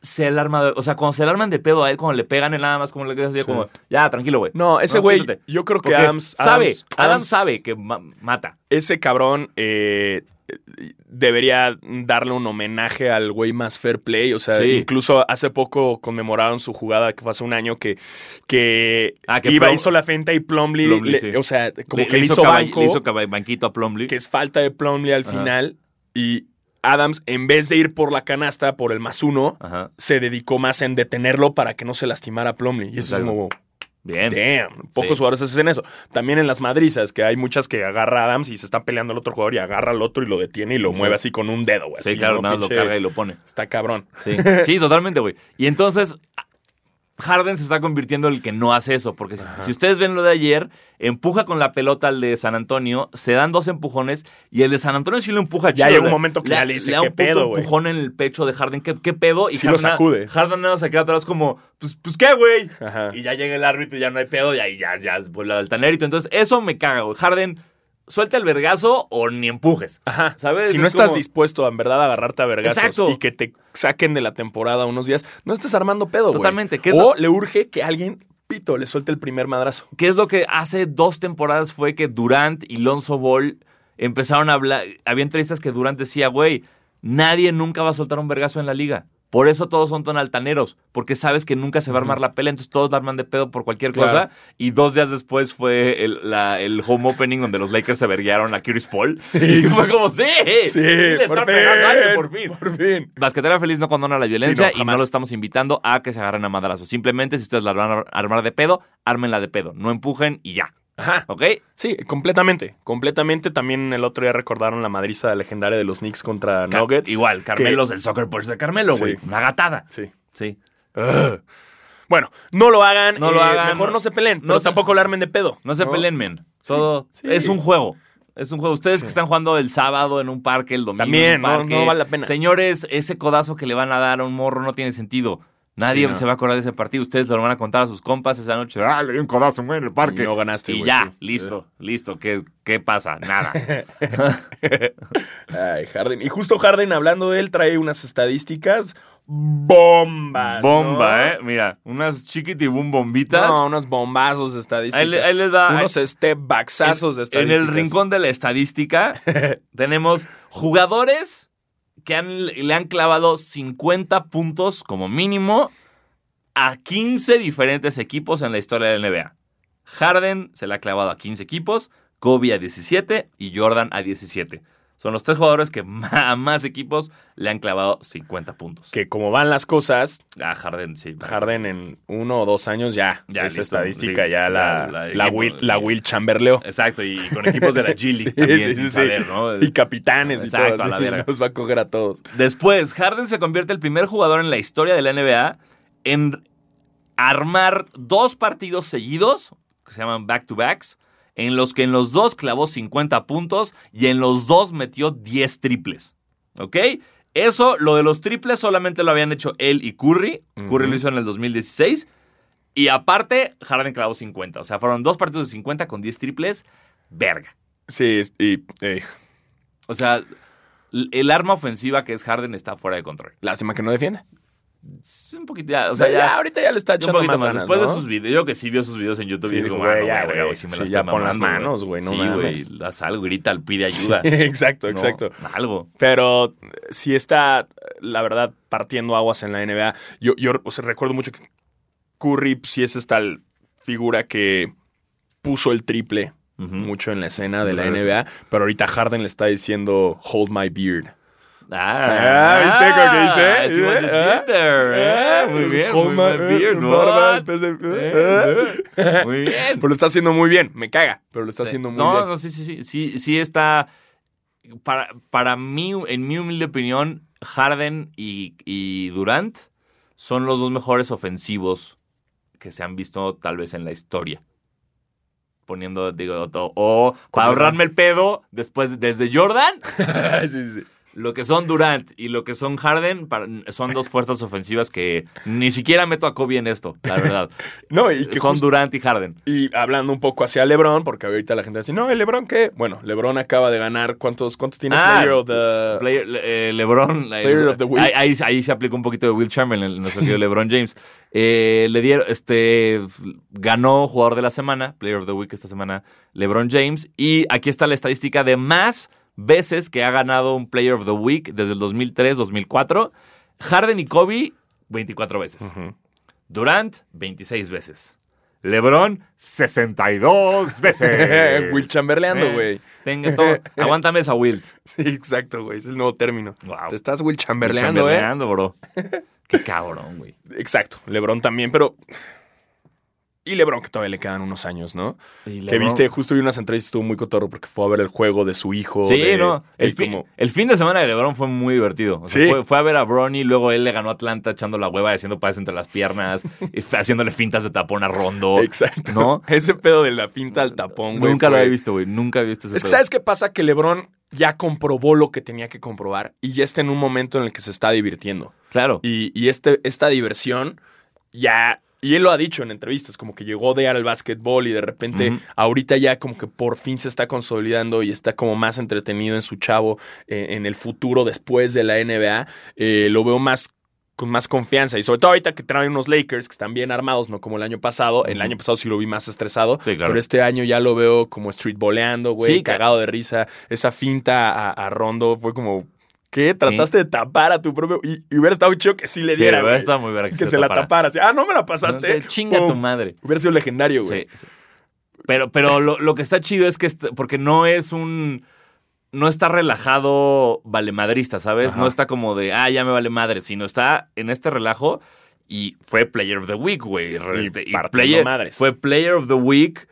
Speaker 2: se le arma. de- O sea, cuando se le arman de pedo a él, cuando le pegan, él nada más como le queda así, como, ya, tranquilo, güey.
Speaker 1: No, ese
Speaker 2: No,
Speaker 1: güey,
Speaker 2: espérate.
Speaker 1: yo creo que
Speaker 2: Porque
Speaker 1: Adams,
Speaker 2: sabe,
Speaker 1: Adams-
Speaker 2: Adams
Speaker 1: Adams-
Speaker 2: sabe que ma- mata.
Speaker 1: Ese cabrón eh, debería darle un homenaje al güey más fair play. O sea,
Speaker 2: Sí.
Speaker 1: incluso hace poco conmemoraron su jugada que fue hace un año que, que,
Speaker 2: Ah, que
Speaker 1: iba,
Speaker 2: Plum-
Speaker 1: hizo la finta y Plumlee,
Speaker 2: Plumlee,
Speaker 1: le-
Speaker 2: sí.
Speaker 1: o sea, como
Speaker 2: Le-
Speaker 1: que
Speaker 2: le
Speaker 1: le hizo,
Speaker 2: caba-
Speaker 1: banco.
Speaker 2: le hizo caba- banquito a Plumlee.
Speaker 1: que es falta de Plumlee al
Speaker 2: Ajá.
Speaker 1: final y Adams en vez de ir por la canasta por el más uno
Speaker 2: Ajá.
Speaker 1: se dedicó más en detenerlo para que no se lastimara Plumlee y eso
Speaker 2: Exacto.
Speaker 1: es como
Speaker 2: Bien.
Speaker 1: damn pocos
Speaker 2: Sí.
Speaker 1: jugadores hacen eso también en las madrizas que hay muchas que agarra a Adams y se están peleando el otro jugador y agarra al otro y lo detiene y lo
Speaker 2: Sí.
Speaker 1: mueve así con un dedo güey,
Speaker 2: Sí,
Speaker 1: así,
Speaker 2: claro,
Speaker 1: ¿no?
Speaker 2: nada más lo
Speaker 1: Pinche-
Speaker 2: carga y lo
Speaker 1: <laughs>
Speaker 2: pone.
Speaker 1: está cabrón
Speaker 2: Sí, sí totalmente, güey. Y entonces, Harden se está convirtiendo en el que no hace eso. Porque si, si ustedes ven lo de ayer, empuja con la pelota al de San Antonio, se dan dos empujones y el de San Antonio sí lo empuja
Speaker 1: Ya
Speaker 2: chido,
Speaker 1: llega un
Speaker 2: le-
Speaker 1: momento que ya le dice,
Speaker 2: da
Speaker 1: "¿Qué
Speaker 2: un puto
Speaker 1: pedo, güey?"
Speaker 2: empujón en el pecho de Harden, ¿qué, qué pedo? Y
Speaker 1: Sí lo
Speaker 2: Harden-
Speaker 1: sacude. Ah.
Speaker 2: Harden nada más se queda atrás como, pues, pues ¿qué, güey?
Speaker 1: Ajá.
Speaker 2: Y ya llega el árbitro y ya no hay pedo y ahí ya, ya vuelve al altanerito. Entonces, eso me caga, güey. Harden, suelta el vergazo o ni empujes.
Speaker 1: Ajá.
Speaker 2: ¿Sabes?
Speaker 1: Si no
Speaker 2: Es
Speaker 1: estás
Speaker 2: como-
Speaker 1: dispuesto a, en verdad a agarrarte a vergazos
Speaker 2: Exacto.
Speaker 1: y que te saquen de la temporada unos días, no estés armando pedo, güey.
Speaker 2: Totalmente, ¿qué es
Speaker 1: O
Speaker 2: lo-
Speaker 1: le urge que alguien pito le suelte el primer madrazo.
Speaker 2: que es lo que hace dos temporadas fue que Durant y Lonzo Ball empezaron a hablar. Había entrevistas que Durant decía, güey, nadie nunca va a soltar un vergazo en la liga. Por eso todos son tan altaneros, porque sabes que nunca se va a armar la pelea, entonces todos la arman de pedo por cualquier
Speaker 1: Claro.
Speaker 2: cosa. Y dos días después fue el, la- el home opening donde los Lakers se verguearon a Curious Paul. Y fue como, sí, sí, le está pegando a alguien, por fin.
Speaker 1: Por fin.
Speaker 2: Basquetera Feliz no condona la violencia
Speaker 1: Sí, no,
Speaker 2: y no
Speaker 1: jamás.
Speaker 2: lo estamos invitando a que se agarren a madrazos. Simplemente, si ustedes la van a armar de pedo, ármenla de pedo. No empujen y ya.
Speaker 1: Ajá.
Speaker 2: ¿Ok?
Speaker 1: Sí, completamente. Completamente. También el otro día recordaron la madriza legendaria de los Knicks contra
Speaker 2: Ca-
Speaker 1: Nuggets.
Speaker 2: Igual, Carmelo es el soccer punch de Carmelo,
Speaker 1: Sí.
Speaker 2: güey. Una gatada.
Speaker 1: Sí.
Speaker 2: Sí.
Speaker 1: Ugh. Bueno, no lo hagan. eh,
Speaker 2: No lo hagan,
Speaker 1: Mejor no,
Speaker 2: no-
Speaker 1: se peleen,
Speaker 2: no
Speaker 1: pero
Speaker 2: se-
Speaker 1: tampoco lo armen de pedo.
Speaker 2: No se peleen, men. Todo
Speaker 1: Sí.
Speaker 2: es un juego. Es un juego. Ustedes que están jugando el sábado en un parque, el domingo en
Speaker 1: También,
Speaker 2: un
Speaker 1: no-
Speaker 2: parque.
Speaker 1: no vale la pena.
Speaker 2: Señores, ese codazo que le van a dar a un morro no tiene sentido. Nadie
Speaker 1: Sí, no.
Speaker 2: se va a acordar de ese partido. Ustedes lo van a contar a sus compas esa noche. Ah, le di un codazo, güey, en el parque.
Speaker 1: Y no ganaste,
Speaker 2: Y
Speaker 1: güey,
Speaker 2: ya,
Speaker 1: sí.
Speaker 2: listo, listo. ¿Qué, ¿Qué pasa? Nada.
Speaker 1: Ay, Harden. Y justo Harden, hablando de él, trae unas estadísticas bombas.
Speaker 2: Bomba,
Speaker 1: ¿no?
Speaker 2: ¿eh? Mira, unas chiquitibum bombitas.
Speaker 1: No, unos bombazos de estadísticas.
Speaker 2: ahí, le, ahí les da.
Speaker 1: unos step backsazos de
Speaker 2: en
Speaker 1: estadísticas.
Speaker 2: el rincón de la estadística
Speaker 1: <laughs>
Speaker 2: tenemos jugadores que han- le han clavado 50 puntos como mínimo a 15 diferentes equipos en la historia de la NBA. Harden se la ha clavado a 15 equipos, Kobe a 17 y Jordan a 17. Son los tres jugadores que <laughs> ma- a más equipos le han clavado 50 puntos.
Speaker 1: Que como van las cosas,
Speaker 2: Ah, Harden, sí.
Speaker 1: Harden en uno o dos años ya,
Speaker 2: Ya,
Speaker 1: esa
Speaker 2: listo,
Speaker 1: estadística
Speaker 2: li-
Speaker 1: ya
Speaker 2: ya
Speaker 1: la,
Speaker 2: la-
Speaker 1: la
Speaker 2: equipo-
Speaker 1: Will, la Will Chamberleo.
Speaker 2: Exacto, y con equipos de la G
Speaker 1: <laughs>
Speaker 2: League
Speaker 1: Sí,
Speaker 2: también,
Speaker 1: sí,
Speaker 2: sin
Speaker 1: sí, sí.
Speaker 2: saber, ¿no?
Speaker 1: Y capitanes y
Speaker 2: Exacto,
Speaker 1: todo.
Speaker 2: a la
Speaker 1: así, <laughs>
Speaker 2: verga.
Speaker 1: Nos va a coger a todos.
Speaker 2: Después, Harden se convierte el primer jugador en la historia de la NBA en armar dos partidos seguidos, que se llaman back-to-backs, en los que en los dos clavó 50 puntos y en los dos metió 10 triples. ¿Ok? Eso, lo de los triples solamente lo habían hecho él y Curry. Curry
Speaker 1: Ujú.
Speaker 2: lo hizo en el 2016. Y aparte, Harden clavó 50. O sea, fueron dos partidos de 50 con 10 triples. Verga.
Speaker 1: Sí, es- y eh,
Speaker 2: O sea, l- el arma ofensiva que es Harden está fuera de control.
Speaker 1: lástima que no defienda.
Speaker 2: Es Un poquito ya, o
Speaker 1: O sea,
Speaker 2: sea,
Speaker 1: ya, ahorita ya le está
Speaker 2: un
Speaker 1: echando
Speaker 2: poquito
Speaker 1: más,
Speaker 2: más.
Speaker 1: ganas,
Speaker 2: Después
Speaker 1: ¿no?
Speaker 2: de
Speaker 1: <laughs>
Speaker 2: sus videos, yo que sí vio sus videos en YouTube
Speaker 1: Sí,
Speaker 2: y digo,
Speaker 1: güey,
Speaker 2: ah, no,
Speaker 1: ya,
Speaker 2: verga,
Speaker 1: güey,
Speaker 2: güey, sí me
Speaker 1: sí,
Speaker 2: la
Speaker 1: ya
Speaker 2: estoy
Speaker 1: pon las
Speaker 2: mamando,
Speaker 1: manos, güey, no
Speaker 2: Sí,
Speaker 1: mames.
Speaker 2: güey, haz algo, grita al pide ayuda.
Speaker 1: exacto, <laughs>
Speaker 2: No,
Speaker 1: exacto.
Speaker 2: Algo.
Speaker 1: Pero eh, sí está, eh, la verdad, partiendo aguas en la NBA. Yo, yo o sea, recuerdo mucho que Curry sí es esta l- figura que puso el triple
Speaker 2: Ujú.
Speaker 1: mucho en la escena de
Speaker 2: De
Speaker 1: la
Speaker 2: regreso.
Speaker 1: NBA, pero ahorita Harden le está diciendo hold my beard.
Speaker 2: Ah,
Speaker 1: ¿viste lo que dice?
Speaker 2: sí, what you
Speaker 1: ¿Eh?
Speaker 2: did there, ¿eh? Muy bien,
Speaker 1: Hold
Speaker 2: muy
Speaker 1: my-
Speaker 2: buen beard,
Speaker 1: eh,
Speaker 2: what?
Speaker 1: en vez de-
Speaker 2: Ah, Eh, eh. Muy bien.
Speaker 1: Pero lo está haciendo muy bien, me caga, pero lo está
Speaker 2: Sí.
Speaker 1: haciendo muy
Speaker 2: no,
Speaker 1: bien. <laughs>
Speaker 2: No, sí, sí, sí, sí, sí está. Para, para mí, en mi humilde opinión, Harden y, y Durant son los dos mejores ofensivos que se han visto tal vez en la historia. Poniendo, digo, o, o para ahorrarme el pedo después, desde Jordan,
Speaker 1: Ah, Sí, sí, sí.
Speaker 2: lo que son Durant y lo que son Harden para- son dos fuerzas ofensivas que ni siquiera meto a Kobe en esto, la verdad.
Speaker 1: No, y <laughs> que
Speaker 2: son
Speaker 1: justo-
Speaker 2: Durant y Harden.
Speaker 1: Y hablando un poco hacia LeBron, porque ahorita la gente dice, no, ¿el LeBron qué? Bueno, LeBron acaba de ganar, ¿cuántos, cuántos tiene
Speaker 2: Ah,
Speaker 1: Player of the...
Speaker 2: Player- le- eh, LeBron. eh,
Speaker 1: Player of the Week.
Speaker 2: Ahí, ahí- ahí se aplicó un poquito de Will Chamberlain, nuestro querido LeBron James. Eh, le dieron, este, ganó jugador de la semana, Player of the Week esta semana, LeBron James. Y aquí está la estadística de más veces que ha ganado un Player of the Week desde el 2003, 2004. Harden y Kobe, 24 veces.
Speaker 1: Ujú. <laughs>
Speaker 2: Durant, 26 veces. LeBron, 62
Speaker 1: <laughs>
Speaker 2: veces.
Speaker 1: Will Chamberleando,
Speaker 2: Eh,
Speaker 1: güey.
Speaker 2: Tenga todo. Aguántame esa Wilt.
Speaker 1: <laughs> Sí, exacto, güey, es el nuevo término.
Speaker 2: Wow.
Speaker 1: Te estás Will Chamberlain, ¿eh? <laughs>
Speaker 2: Chamberleando, bro. Qué cabrón, güey.
Speaker 1: Exacto, LeBron también, pero... Y LeBron, que todavía le quedan unos años, ¿no?
Speaker 2: Y
Speaker 1: Que
Speaker 2: LeBron-
Speaker 1: viste, justo vi unas entrevistas, estuvo muy cotorro porque fue a ver el juego de su hijo.
Speaker 2: Sí,
Speaker 1: de-
Speaker 2: no. El,
Speaker 1: y
Speaker 2: fin,
Speaker 1: como-
Speaker 2: el fin de semana de LeBron fue muy divertido. O sea,
Speaker 1: Sí.
Speaker 2: fue, fue a ver a Bronny, luego él le ganó a Atlanta echando la hueva, haciendo pases entre las piernas, y fue haciéndole fintas de tapón a Rondo.
Speaker 1: Exacto.
Speaker 2: ¿No?
Speaker 1: <laughs> Ese pedo de la pinta al tapón, güey.
Speaker 2: Nunca lo
Speaker 1: fue-
Speaker 2: había visto, güey. Nunca había visto ese
Speaker 1: Es que
Speaker 2: pedo.
Speaker 1: ¿sabes qué pasa? Que LeBron ya comprobó lo que tenía que comprobar y ya está en un momento en el que se está divirtiendo.
Speaker 2: Claro.
Speaker 1: Y, y este, esta diversión ya... Y él lo ha dicho en entrevistas, como que llegó de al básquetbol y de repente
Speaker 2: Ujú.
Speaker 1: ahorita ya como que por fin se está consolidando y está como más entretenido en su chavo eh, en el futuro después de la NBA. Eh, lo veo más con más confianza y sobre todo ahorita que traen unos Lakers que están bien armados, no como el año pasado. El
Speaker 2: Ujú.
Speaker 1: año pasado sí lo vi más estresado,
Speaker 2: Sí, claro.
Speaker 1: pero este año ya lo veo como streetboleando, güey,
Speaker 2: Sí, ca-
Speaker 1: cagado de risa. Esa finta a, a Rondo fue como... ¿Qué? Trataste de tapar a tu propio... Y, y hubiera estado chido que sí le
Speaker 2: Sí,
Speaker 1: diera, güey.
Speaker 2: está muy verga
Speaker 1: Que, se la
Speaker 2: tapara.
Speaker 1: tapara. así, ah, no me la pasaste.
Speaker 2: No, Chinga
Speaker 1: Pum.
Speaker 2: tu madre.
Speaker 1: Hubiera sido legendario, güey.
Speaker 2: Sí, sí. Pero, pero lo, lo que está chido es que, est- porque no es un, no está relajado valemadrista, ¿sabes?
Speaker 1: Ajá.
Speaker 2: No está como de, ah, ya me vale madre, sino está en este relajo y fue Player of the Week, güey. Re-
Speaker 1: Y
Speaker 2: este, Y,
Speaker 1: partiendo
Speaker 2: player,
Speaker 1: madres.
Speaker 2: fue Player of the Week.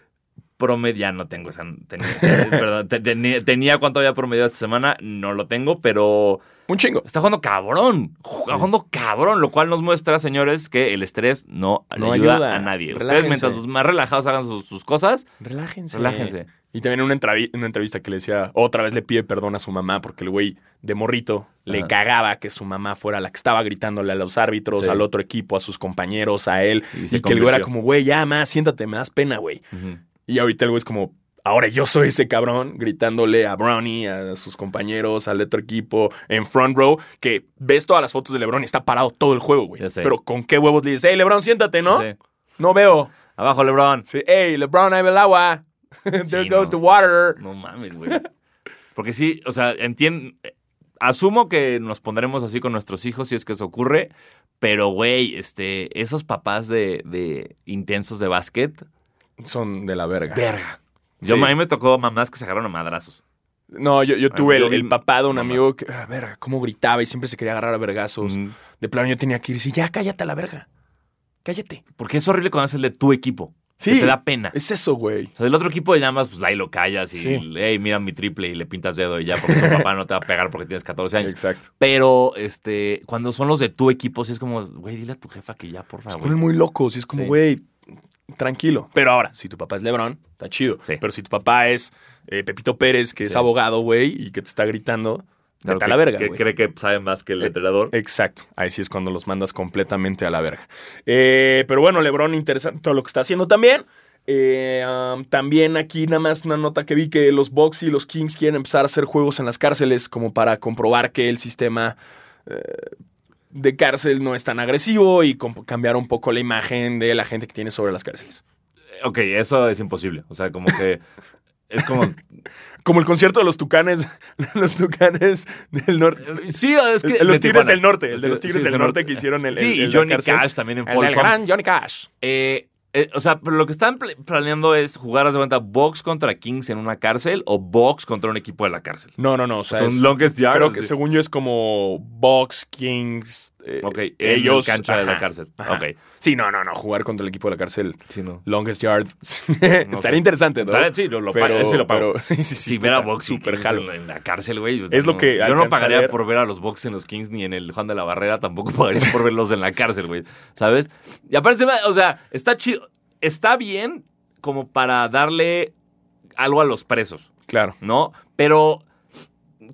Speaker 2: Promedio, ya no tengo esa. Tenía, <laughs> perdón, te- tenía- tenía cuánto había promediado esta semana, no lo tengo, pero
Speaker 1: Un chingo.
Speaker 2: está jugando cabrón. Está jugando cabrón, lo cual nos muestra, señores, que el estrés no, le
Speaker 1: No
Speaker 2: ayuda,
Speaker 1: ayuda.
Speaker 2: a nadie. Ustedes,
Speaker 1: Relájense.
Speaker 2: mientras los más relajados hagan sus, sus cosas,
Speaker 1: Relájense.
Speaker 2: relájense.
Speaker 1: Y también en una, entrevi- una entrevista que le decía, otra vez le pide perdón a su mamá porque el güey de morrito le
Speaker 2: Ajá.
Speaker 1: cagaba que su mamá fuera la que estaba gritándole a los árbitros,
Speaker 2: Sí.
Speaker 1: al otro equipo, a sus compañeros, a él.
Speaker 2: Y
Speaker 1: Y,
Speaker 2: se
Speaker 1: que el güey era
Speaker 2: convirtió.
Speaker 1: como, güey, ya, más, siéntate, me das pena, güey.
Speaker 2: Ujú.
Speaker 1: Y ahorita el güey es como, ahora yo soy ese cabrón, gritándole a Brownie, a sus compañeros, al otro equipo, en front row, que ves todas las fotos de LeBron y está parado todo el juego, güey.
Speaker 2: Ya sé.
Speaker 1: Pero con qué huevos le dices, hey, LeBron, siéntate, ¿no?
Speaker 2: Sí.
Speaker 1: No veo.
Speaker 2: Abajo, LeBron.
Speaker 1: Sí, hey, LeBron, ahí va el agua. <laughs> There
Speaker 2: Sí,
Speaker 1: goes
Speaker 2: no.
Speaker 1: the water.
Speaker 2: No mames, güey. Porque sí, o sea, entiendo. Asumo que nos pondremos así con nuestros hijos si es que eso ocurre. Pero, güey, este, esos papás de, de intensos de básquet,
Speaker 1: Son de la verga.
Speaker 2: verga. Yo,
Speaker 1: Sí.
Speaker 2: A mí me tocó mamás que se agarraron a madrazos.
Speaker 1: No, yo, yo tuve
Speaker 2: Ah, yo
Speaker 1: el,
Speaker 2: vi-
Speaker 1: el papá de un
Speaker 2: mamá. Mm.
Speaker 1: amigo que, a ver, cómo gritaba y siempre se quería agarrar a vergazos.
Speaker 2: Ujú.
Speaker 1: De plano yo tenía que ir y decir, ya cállate a la verga. Cállate.
Speaker 2: Porque es horrible cuando es el de tu equipo.
Speaker 1: Sí.
Speaker 2: Que te da pena.
Speaker 1: Es eso, güey.
Speaker 2: O sea, del otro equipo ya más, pues ahí lo callas y,
Speaker 1: Sí.
Speaker 2: hey, mira mi triple y le pintas dedo y ya, porque su papá no te va a pegar porque tienes 14 años.
Speaker 3: Exacto.
Speaker 2: Pero, este, cuando son los de tu equipo, sí es como, güey, dile a tu jefa que ya, por
Speaker 1: Se
Speaker 2: favor.
Speaker 1: ponen muy locos y es como,
Speaker 2: Sí.
Speaker 1: güey, tranquilo. Pero ahora, si tu papá es Lebrón, está chido.
Speaker 2: Sí.
Speaker 1: Pero si tu papá es eh, Pepito Pérez, que es
Speaker 2: Sí.
Speaker 1: abogado, güey, y que te está gritando, vete a
Speaker 2: Claro, que-
Speaker 1: la verga,
Speaker 2: Que
Speaker 1: güey.
Speaker 2: cree que sabe más que el
Speaker 1: Eh,
Speaker 2: entrenador.
Speaker 1: Exacto. Ahí sí es cuando los mandas completamente a la verga. Eh, pero bueno, Lebron, interesante todo lo que está haciendo también. Eh, um, también aquí nada más una nota que vi que los Bucks y los Kings quieren empezar a hacer juegos en las cárceles como para comprobar que el sistema eh, de cárcel no es tan agresivo y com- cambiar un poco la imagen de la gente que tiene sobre las cárceles.
Speaker 2: Ok, eso es imposible. O sea, como
Speaker 1: <laughs>
Speaker 2: que es como... eh,
Speaker 1: Como el concierto de los Tucanes, <laughs> los Tucanes del norte.
Speaker 2: Sí, es que...
Speaker 1: El de los Tigres
Speaker 2: de Tijuana.
Speaker 1: del Norte, el de los
Speaker 2: Sí,
Speaker 1: Tigres
Speaker 2: sí,
Speaker 1: del
Speaker 2: del
Speaker 1: Norte
Speaker 2: norte.
Speaker 1: que hicieron el, el-
Speaker 2: Sí,
Speaker 1: el
Speaker 2: y
Speaker 1: de la
Speaker 2: Johnny
Speaker 1: cárcel.
Speaker 2: Cash también en
Speaker 1: El del
Speaker 2: Folsom.
Speaker 1: gran Johnny Cash.
Speaker 2: Eh, eh, o sea, pero lo que están pl- planeando es jugar, haz de cuenta, box contra Kings en una cárcel o box contra un equipo de la cárcel.
Speaker 1: No, no, no. O sea,
Speaker 2: Son
Speaker 1: es-
Speaker 2: longest yard.
Speaker 1: Creo que
Speaker 2: sí.
Speaker 1: según yo es como Box, Kings. eh,
Speaker 2: Ok,
Speaker 1: ellos.
Speaker 2: ellos. cancha de la
Speaker 1: ajá.
Speaker 2: cárcel.
Speaker 1: ajá.
Speaker 2: Ok.
Speaker 1: Sí, no, no, no. Jugar contra el equipo de la cárcel.
Speaker 2: Sí, no.
Speaker 1: Longest Yard. <laughs> Estaría interesante, ¿no?
Speaker 2: Estaría- sí, lo- lo pago, ese lo pago.
Speaker 1: pero- <laughs> sí, sí, sí.
Speaker 2: Si ver a
Speaker 1: puta,
Speaker 2: Box y
Speaker 1: Super
Speaker 2: Kings
Speaker 1: jalo.
Speaker 2: en la- en la cárcel, güey. o
Speaker 1: Es lo
Speaker 2: no.
Speaker 1: que
Speaker 2: Yo
Speaker 1: alcanza a
Speaker 2: no pagaría
Speaker 1: ver.
Speaker 2: por ver a los Box en los Kings ni en el Juan de la Barrera, tampoco pagaría por verlos en la cárcel, güey. ¿Sabes? Y aparte, se me- o sea, está chido. Está bien como para darle algo a los presos.
Speaker 1: Claro.
Speaker 2: ¿no? Pero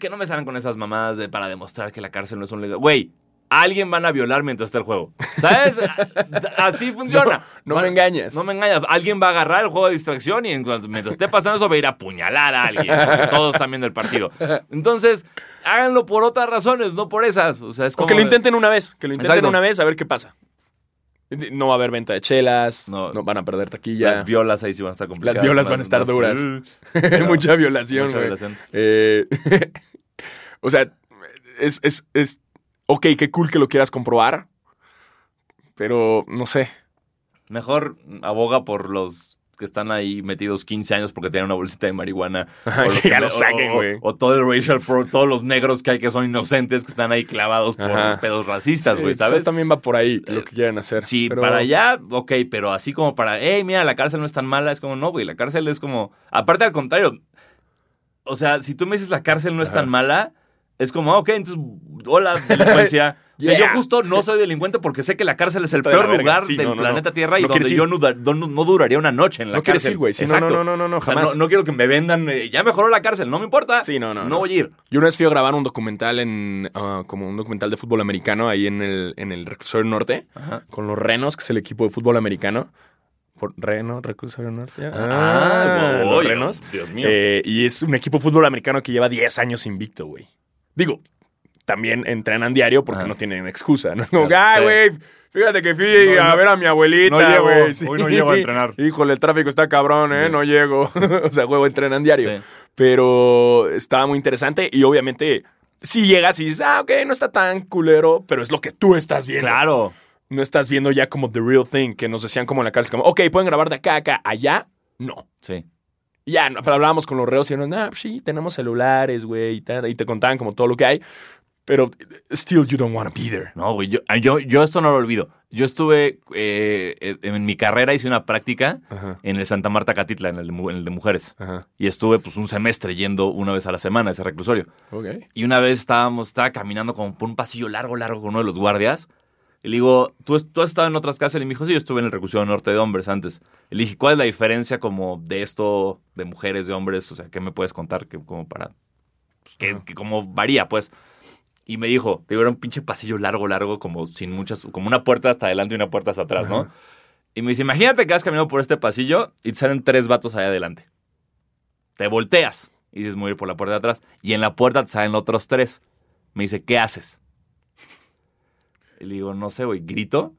Speaker 2: que no me salgan con esas mamadas de para demostrar que la cárcel no es un lugar. Güey, a alguien van a violar mientras está el juego. ¿Sabes? <laughs> A- Así funciona.
Speaker 1: No
Speaker 2: Van-
Speaker 1: me engañes.
Speaker 2: No me engañas. Alguien va a agarrar el juego de distracción y en cuanto- mientras esté pasando eso va a ir a apuñalar a alguien. porque Todos están viendo el partido. Entonces, háganlo por otras razones, no por esas. O sea, es
Speaker 1: o
Speaker 2: como...
Speaker 1: que lo intenten una vez. Que lo intenten
Speaker 2: Exacto.
Speaker 1: una vez a ver qué pasa. No va a haber venta de chelas. No,
Speaker 2: No.
Speaker 1: van a perder taquilla.
Speaker 2: Las violas ahí sí van a estar complicadas.
Speaker 1: Las violas van a estar
Speaker 2: más-
Speaker 1: duras.
Speaker 2: pero-
Speaker 1: <laughs> Mucha violación,
Speaker 2: Mucha
Speaker 1: güey.
Speaker 2: violación.
Speaker 1: Eh, <laughs> o sea, es, es, es. Ok, qué cool que lo quieras comprobar. Pero no
Speaker 2: <laughs>
Speaker 1: sé.
Speaker 2: Mejor aboga por los que están ahí metidos 15 años porque tienen una bolsita de marihuana.
Speaker 1: Ajá,
Speaker 2: los
Speaker 1: <laughs> que ya lo saquen,
Speaker 2: o-
Speaker 1: güey.
Speaker 2: O, todo el racial fraud, todos los negros que hay que son inocentes que están ahí clavados por
Speaker 1: Ajá.
Speaker 2: pedos racistas,
Speaker 1: Sí, pues
Speaker 2: güey,
Speaker 1: quizás
Speaker 2: ¿sabes? Eh,
Speaker 1: también va por ahí lo que quieren hacer.
Speaker 2: Sí,
Speaker 1: pero-
Speaker 2: para allá, ok, pero así como para, hey, mira, la cárcel no es tan mala, es como, no, güey, la cárcel es como, aparte al contrario, o sea, si tú me dices la cárcel no es
Speaker 1: Ajá.
Speaker 2: tan mala, es como, ah, ok, entonces, hola, delincuencia.
Speaker 1: <laughs>
Speaker 2: O sea,
Speaker 1: Yeah.
Speaker 2: yo justo no soy delincuente porque sé que la cárcel es el
Speaker 1: Está de la
Speaker 2: peor
Speaker 1: verga.
Speaker 2: lugar
Speaker 1: Sí,
Speaker 2: del
Speaker 1: no, no,
Speaker 2: planeta
Speaker 1: no.
Speaker 2: Tierra y
Speaker 1: No quieres
Speaker 2: donde yo
Speaker 1: ir.
Speaker 2: no, da- no- no duraría una noche en la
Speaker 1: No quieres
Speaker 2: cárcel.
Speaker 1: ir, güey. Sí, no,
Speaker 2: Exacto.
Speaker 1: no, no, no, no,
Speaker 2: O sea,
Speaker 1: jamás.
Speaker 2: no, no quiero que me vendan, eh, ya mejoró la cárcel, no me importa.
Speaker 1: Sí, no, no,
Speaker 2: No,
Speaker 1: no.
Speaker 2: voy a ir.
Speaker 1: Yo una vez fui a grabar un documental en. ah, como un documental de fútbol americano ahí en el, en el Reclusorio Norte.
Speaker 2: Ajá.
Speaker 1: Con los Renos, que es el equipo de fútbol americano. Por Reno, Reclusorio Norte. ya.
Speaker 2: Ah,
Speaker 1: los
Speaker 2: voy,
Speaker 1: Renos.
Speaker 2: Dios mío.
Speaker 1: Eh, y es un equipo de fútbol americano que lleva 10 años invicto, güey. Digo, también entrenan diario porque
Speaker 2: Ah.
Speaker 1: no tienen excusa. No es como,
Speaker 2: Claro,
Speaker 1: "Ay,
Speaker 2: sí.
Speaker 1: güey, fíjate que fui
Speaker 2: No,
Speaker 1: a
Speaker 2: no-
Speaker 1: ver a mi abuelita,
Speaker 2: no
Speaker 1: güey.
Speaker 2: llego, hoy no llego
Speaker 1: <laughs>
Speaker 2: a entrenar.
Speaker 1: Híjole, el tráfico está cabrón, ¿eh?
Speaker 2: Sí.
Speaker 1: No llego. <laughs> o sea, huevo, entrenan diario.
Speaker 2: Sí.
Speaker 1: Pero estaba muy interesante y obviamente si llegas y dices, ah, ok, no está tan culero, pero es lo que tú estás <laughs> viendo.
Speaker 2: Claro.
Speaker 1: No estás viendo ya como the real thing, que nos decían como en la cárcel, como, ok, pueden grabar de acá a acá, allá, no.
Speaker 2: Sí.
Speaker 1: Ya, no, pero hablábamos con los reos y eran, ah, sí, tenemos celulares, güey, y, tal", y te contaban como todo lo que hay, pero eh, still you don't want to be there.
Speaker 2: No, güey, yo, ah, yo, yo esto no lo olvido. Yo estuve, eh, eh, en mi carrera hice una práctica
Speaker 1: Ajá,
Speaker 2: en el Santa Marta Catitla, en el, de mu- en el de mujeres.
Speaker 1: ajá,
Speaker 2: Y estuve pues un semestre yendo una vez a la semana a ese reclusorio. <laughs>
Speaker 1: ok.
Speaker 2: Y una vez estábamos, estaba caminando como por un pasillo largo, largo con uno de los guardias. Y le digo, ¿Tú, es- ¿tú has estado en otras cárceles? Y me dijo, sí, yo estuve en el reclusorio norte de hombres antes. Y le dije, ¿cuál es la diferencia como de esto, de mujeres, de hombres? O sea, ¿qué me puedes contar? Que, como para, pues, que,
Speaker 1: Ajá.
Speaker 2: que como varía, pues. Y me dijo, te digo, era un pinche pasillo largo, largo, como sin muchas, como una puerta hasta adelante y una puerta hasta atrás, ¿no?
Speaker 1: Ajá.
Speaker 2: Y me dice, imagínate que vas caminando por este pasillo y te salen tres vatos allá adelante. Te volteas y dices, me voy a ir por la puerta de atrás. Y en la puerta te salen otros tres. Me dice, ¿qué haces? Y le digo, no sé, güey, grito.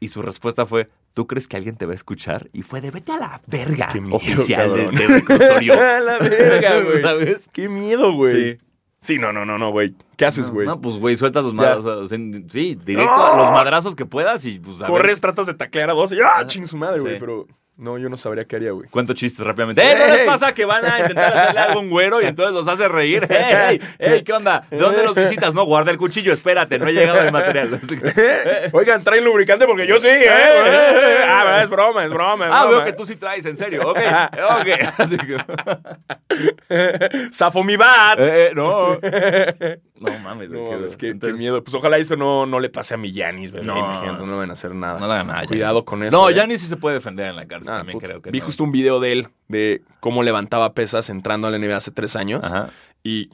Speaker 2: Y su respuesta fue, ¿tú crees que alguien te va a escuchar? Y fue de vete a la verga
Speaker 1: Qué miedo,
Speaker 2: oficial de,
Speaker 1: cabrón.
Speaker 2: de reclusorio.
Speaker 1: A <laughs> la verga,
Speaker 2: <laughs>
Speaker 1: güey.
Speaker 2: Pues ¿Sabes?
Speaker 1: Qué miedo,
Speaker 2: Sí.
Speaker 1: güey. Sí. no, no, no, no, güey. ¿Qué haces,
Speaker 2: No,
Speaker 1: güey?
Speaker 2: No, pues, güey, sueltas los
Speaker 1: Ya.
Speaker 2: madrazos. o sea, Sí, directo a los madrazos que puedas y pues a ver.
Speaker 1: Corres, tratas de taclear a dos y ¡ah! Ching su madre,
Speaker 2: Sí.
Speaker 1: güey, pero No, yo no sabría qué
Speaker 2: <laughs>
Speaker 1: haría, güey.
Speaker 2: Cuento chistes rápidamente. ¡Eh! ¿No les
Speaker 1: ¡Ey!
Speaker 2: pasa que van a intentar hacerle algo a un güero y entonces los hace
Speaker 1: <laughs>
Speaker 2: reír? ¡Ey! ¡Ey! ey, ¿Qué onda? ¿De dónde los visitas? No, guarda el cuchillo, espérate, no he llegado
Speaker 1: <laughs>
Speaker 2: el material. <laughs>
Speaker 1: Oigan, traen lubricante porque yo sí, ¿eh?
Speaker 2: eh.
Speaker 1: Ah, es broma, es broma. es
Speaker 2: Ah, veo
Speaker 1: broma.
Speaker 2: que tú sí traes, en serio. Ok, ok. <laughs> Así que-
Speaker 1: ¡Zafo mi bat!
Speaker 2: Eh, eh,
Speaker 1: <laughs>
Speaker 2: no. No mames, güey,
Speaker 1: No,
Speaker 2: qué-
Speaker 1: es que
Speaker 2: entonces-
Speaker 1: qué miedo. Pues ojalá eso no, no le pase a mi Yanis, bebé.
Speaker 2: No.
Speaker 1: Imagínate, no le van a hacer nada.
Speaker 2: No le hagan nada.
Speaker 1: Cuidado
Speaker 2: Giannis.
Speaker 1: con eso.
Speaker 2: No,
Speaker 1: eh.
Speaker 2: Janis sí se puede defender en la cárcel
Speaker 1: Ah,
Speaker 2: también,
Speaker 1: puta.
Speaker 2: creo que
Speaker 1: Vi
Speaker 2: no.
Speaker 1: justo un video de él, de cómo levantaba pesas entrando a la NBA hace tres años
Speaker 2: Ajá,
Speaker 1: y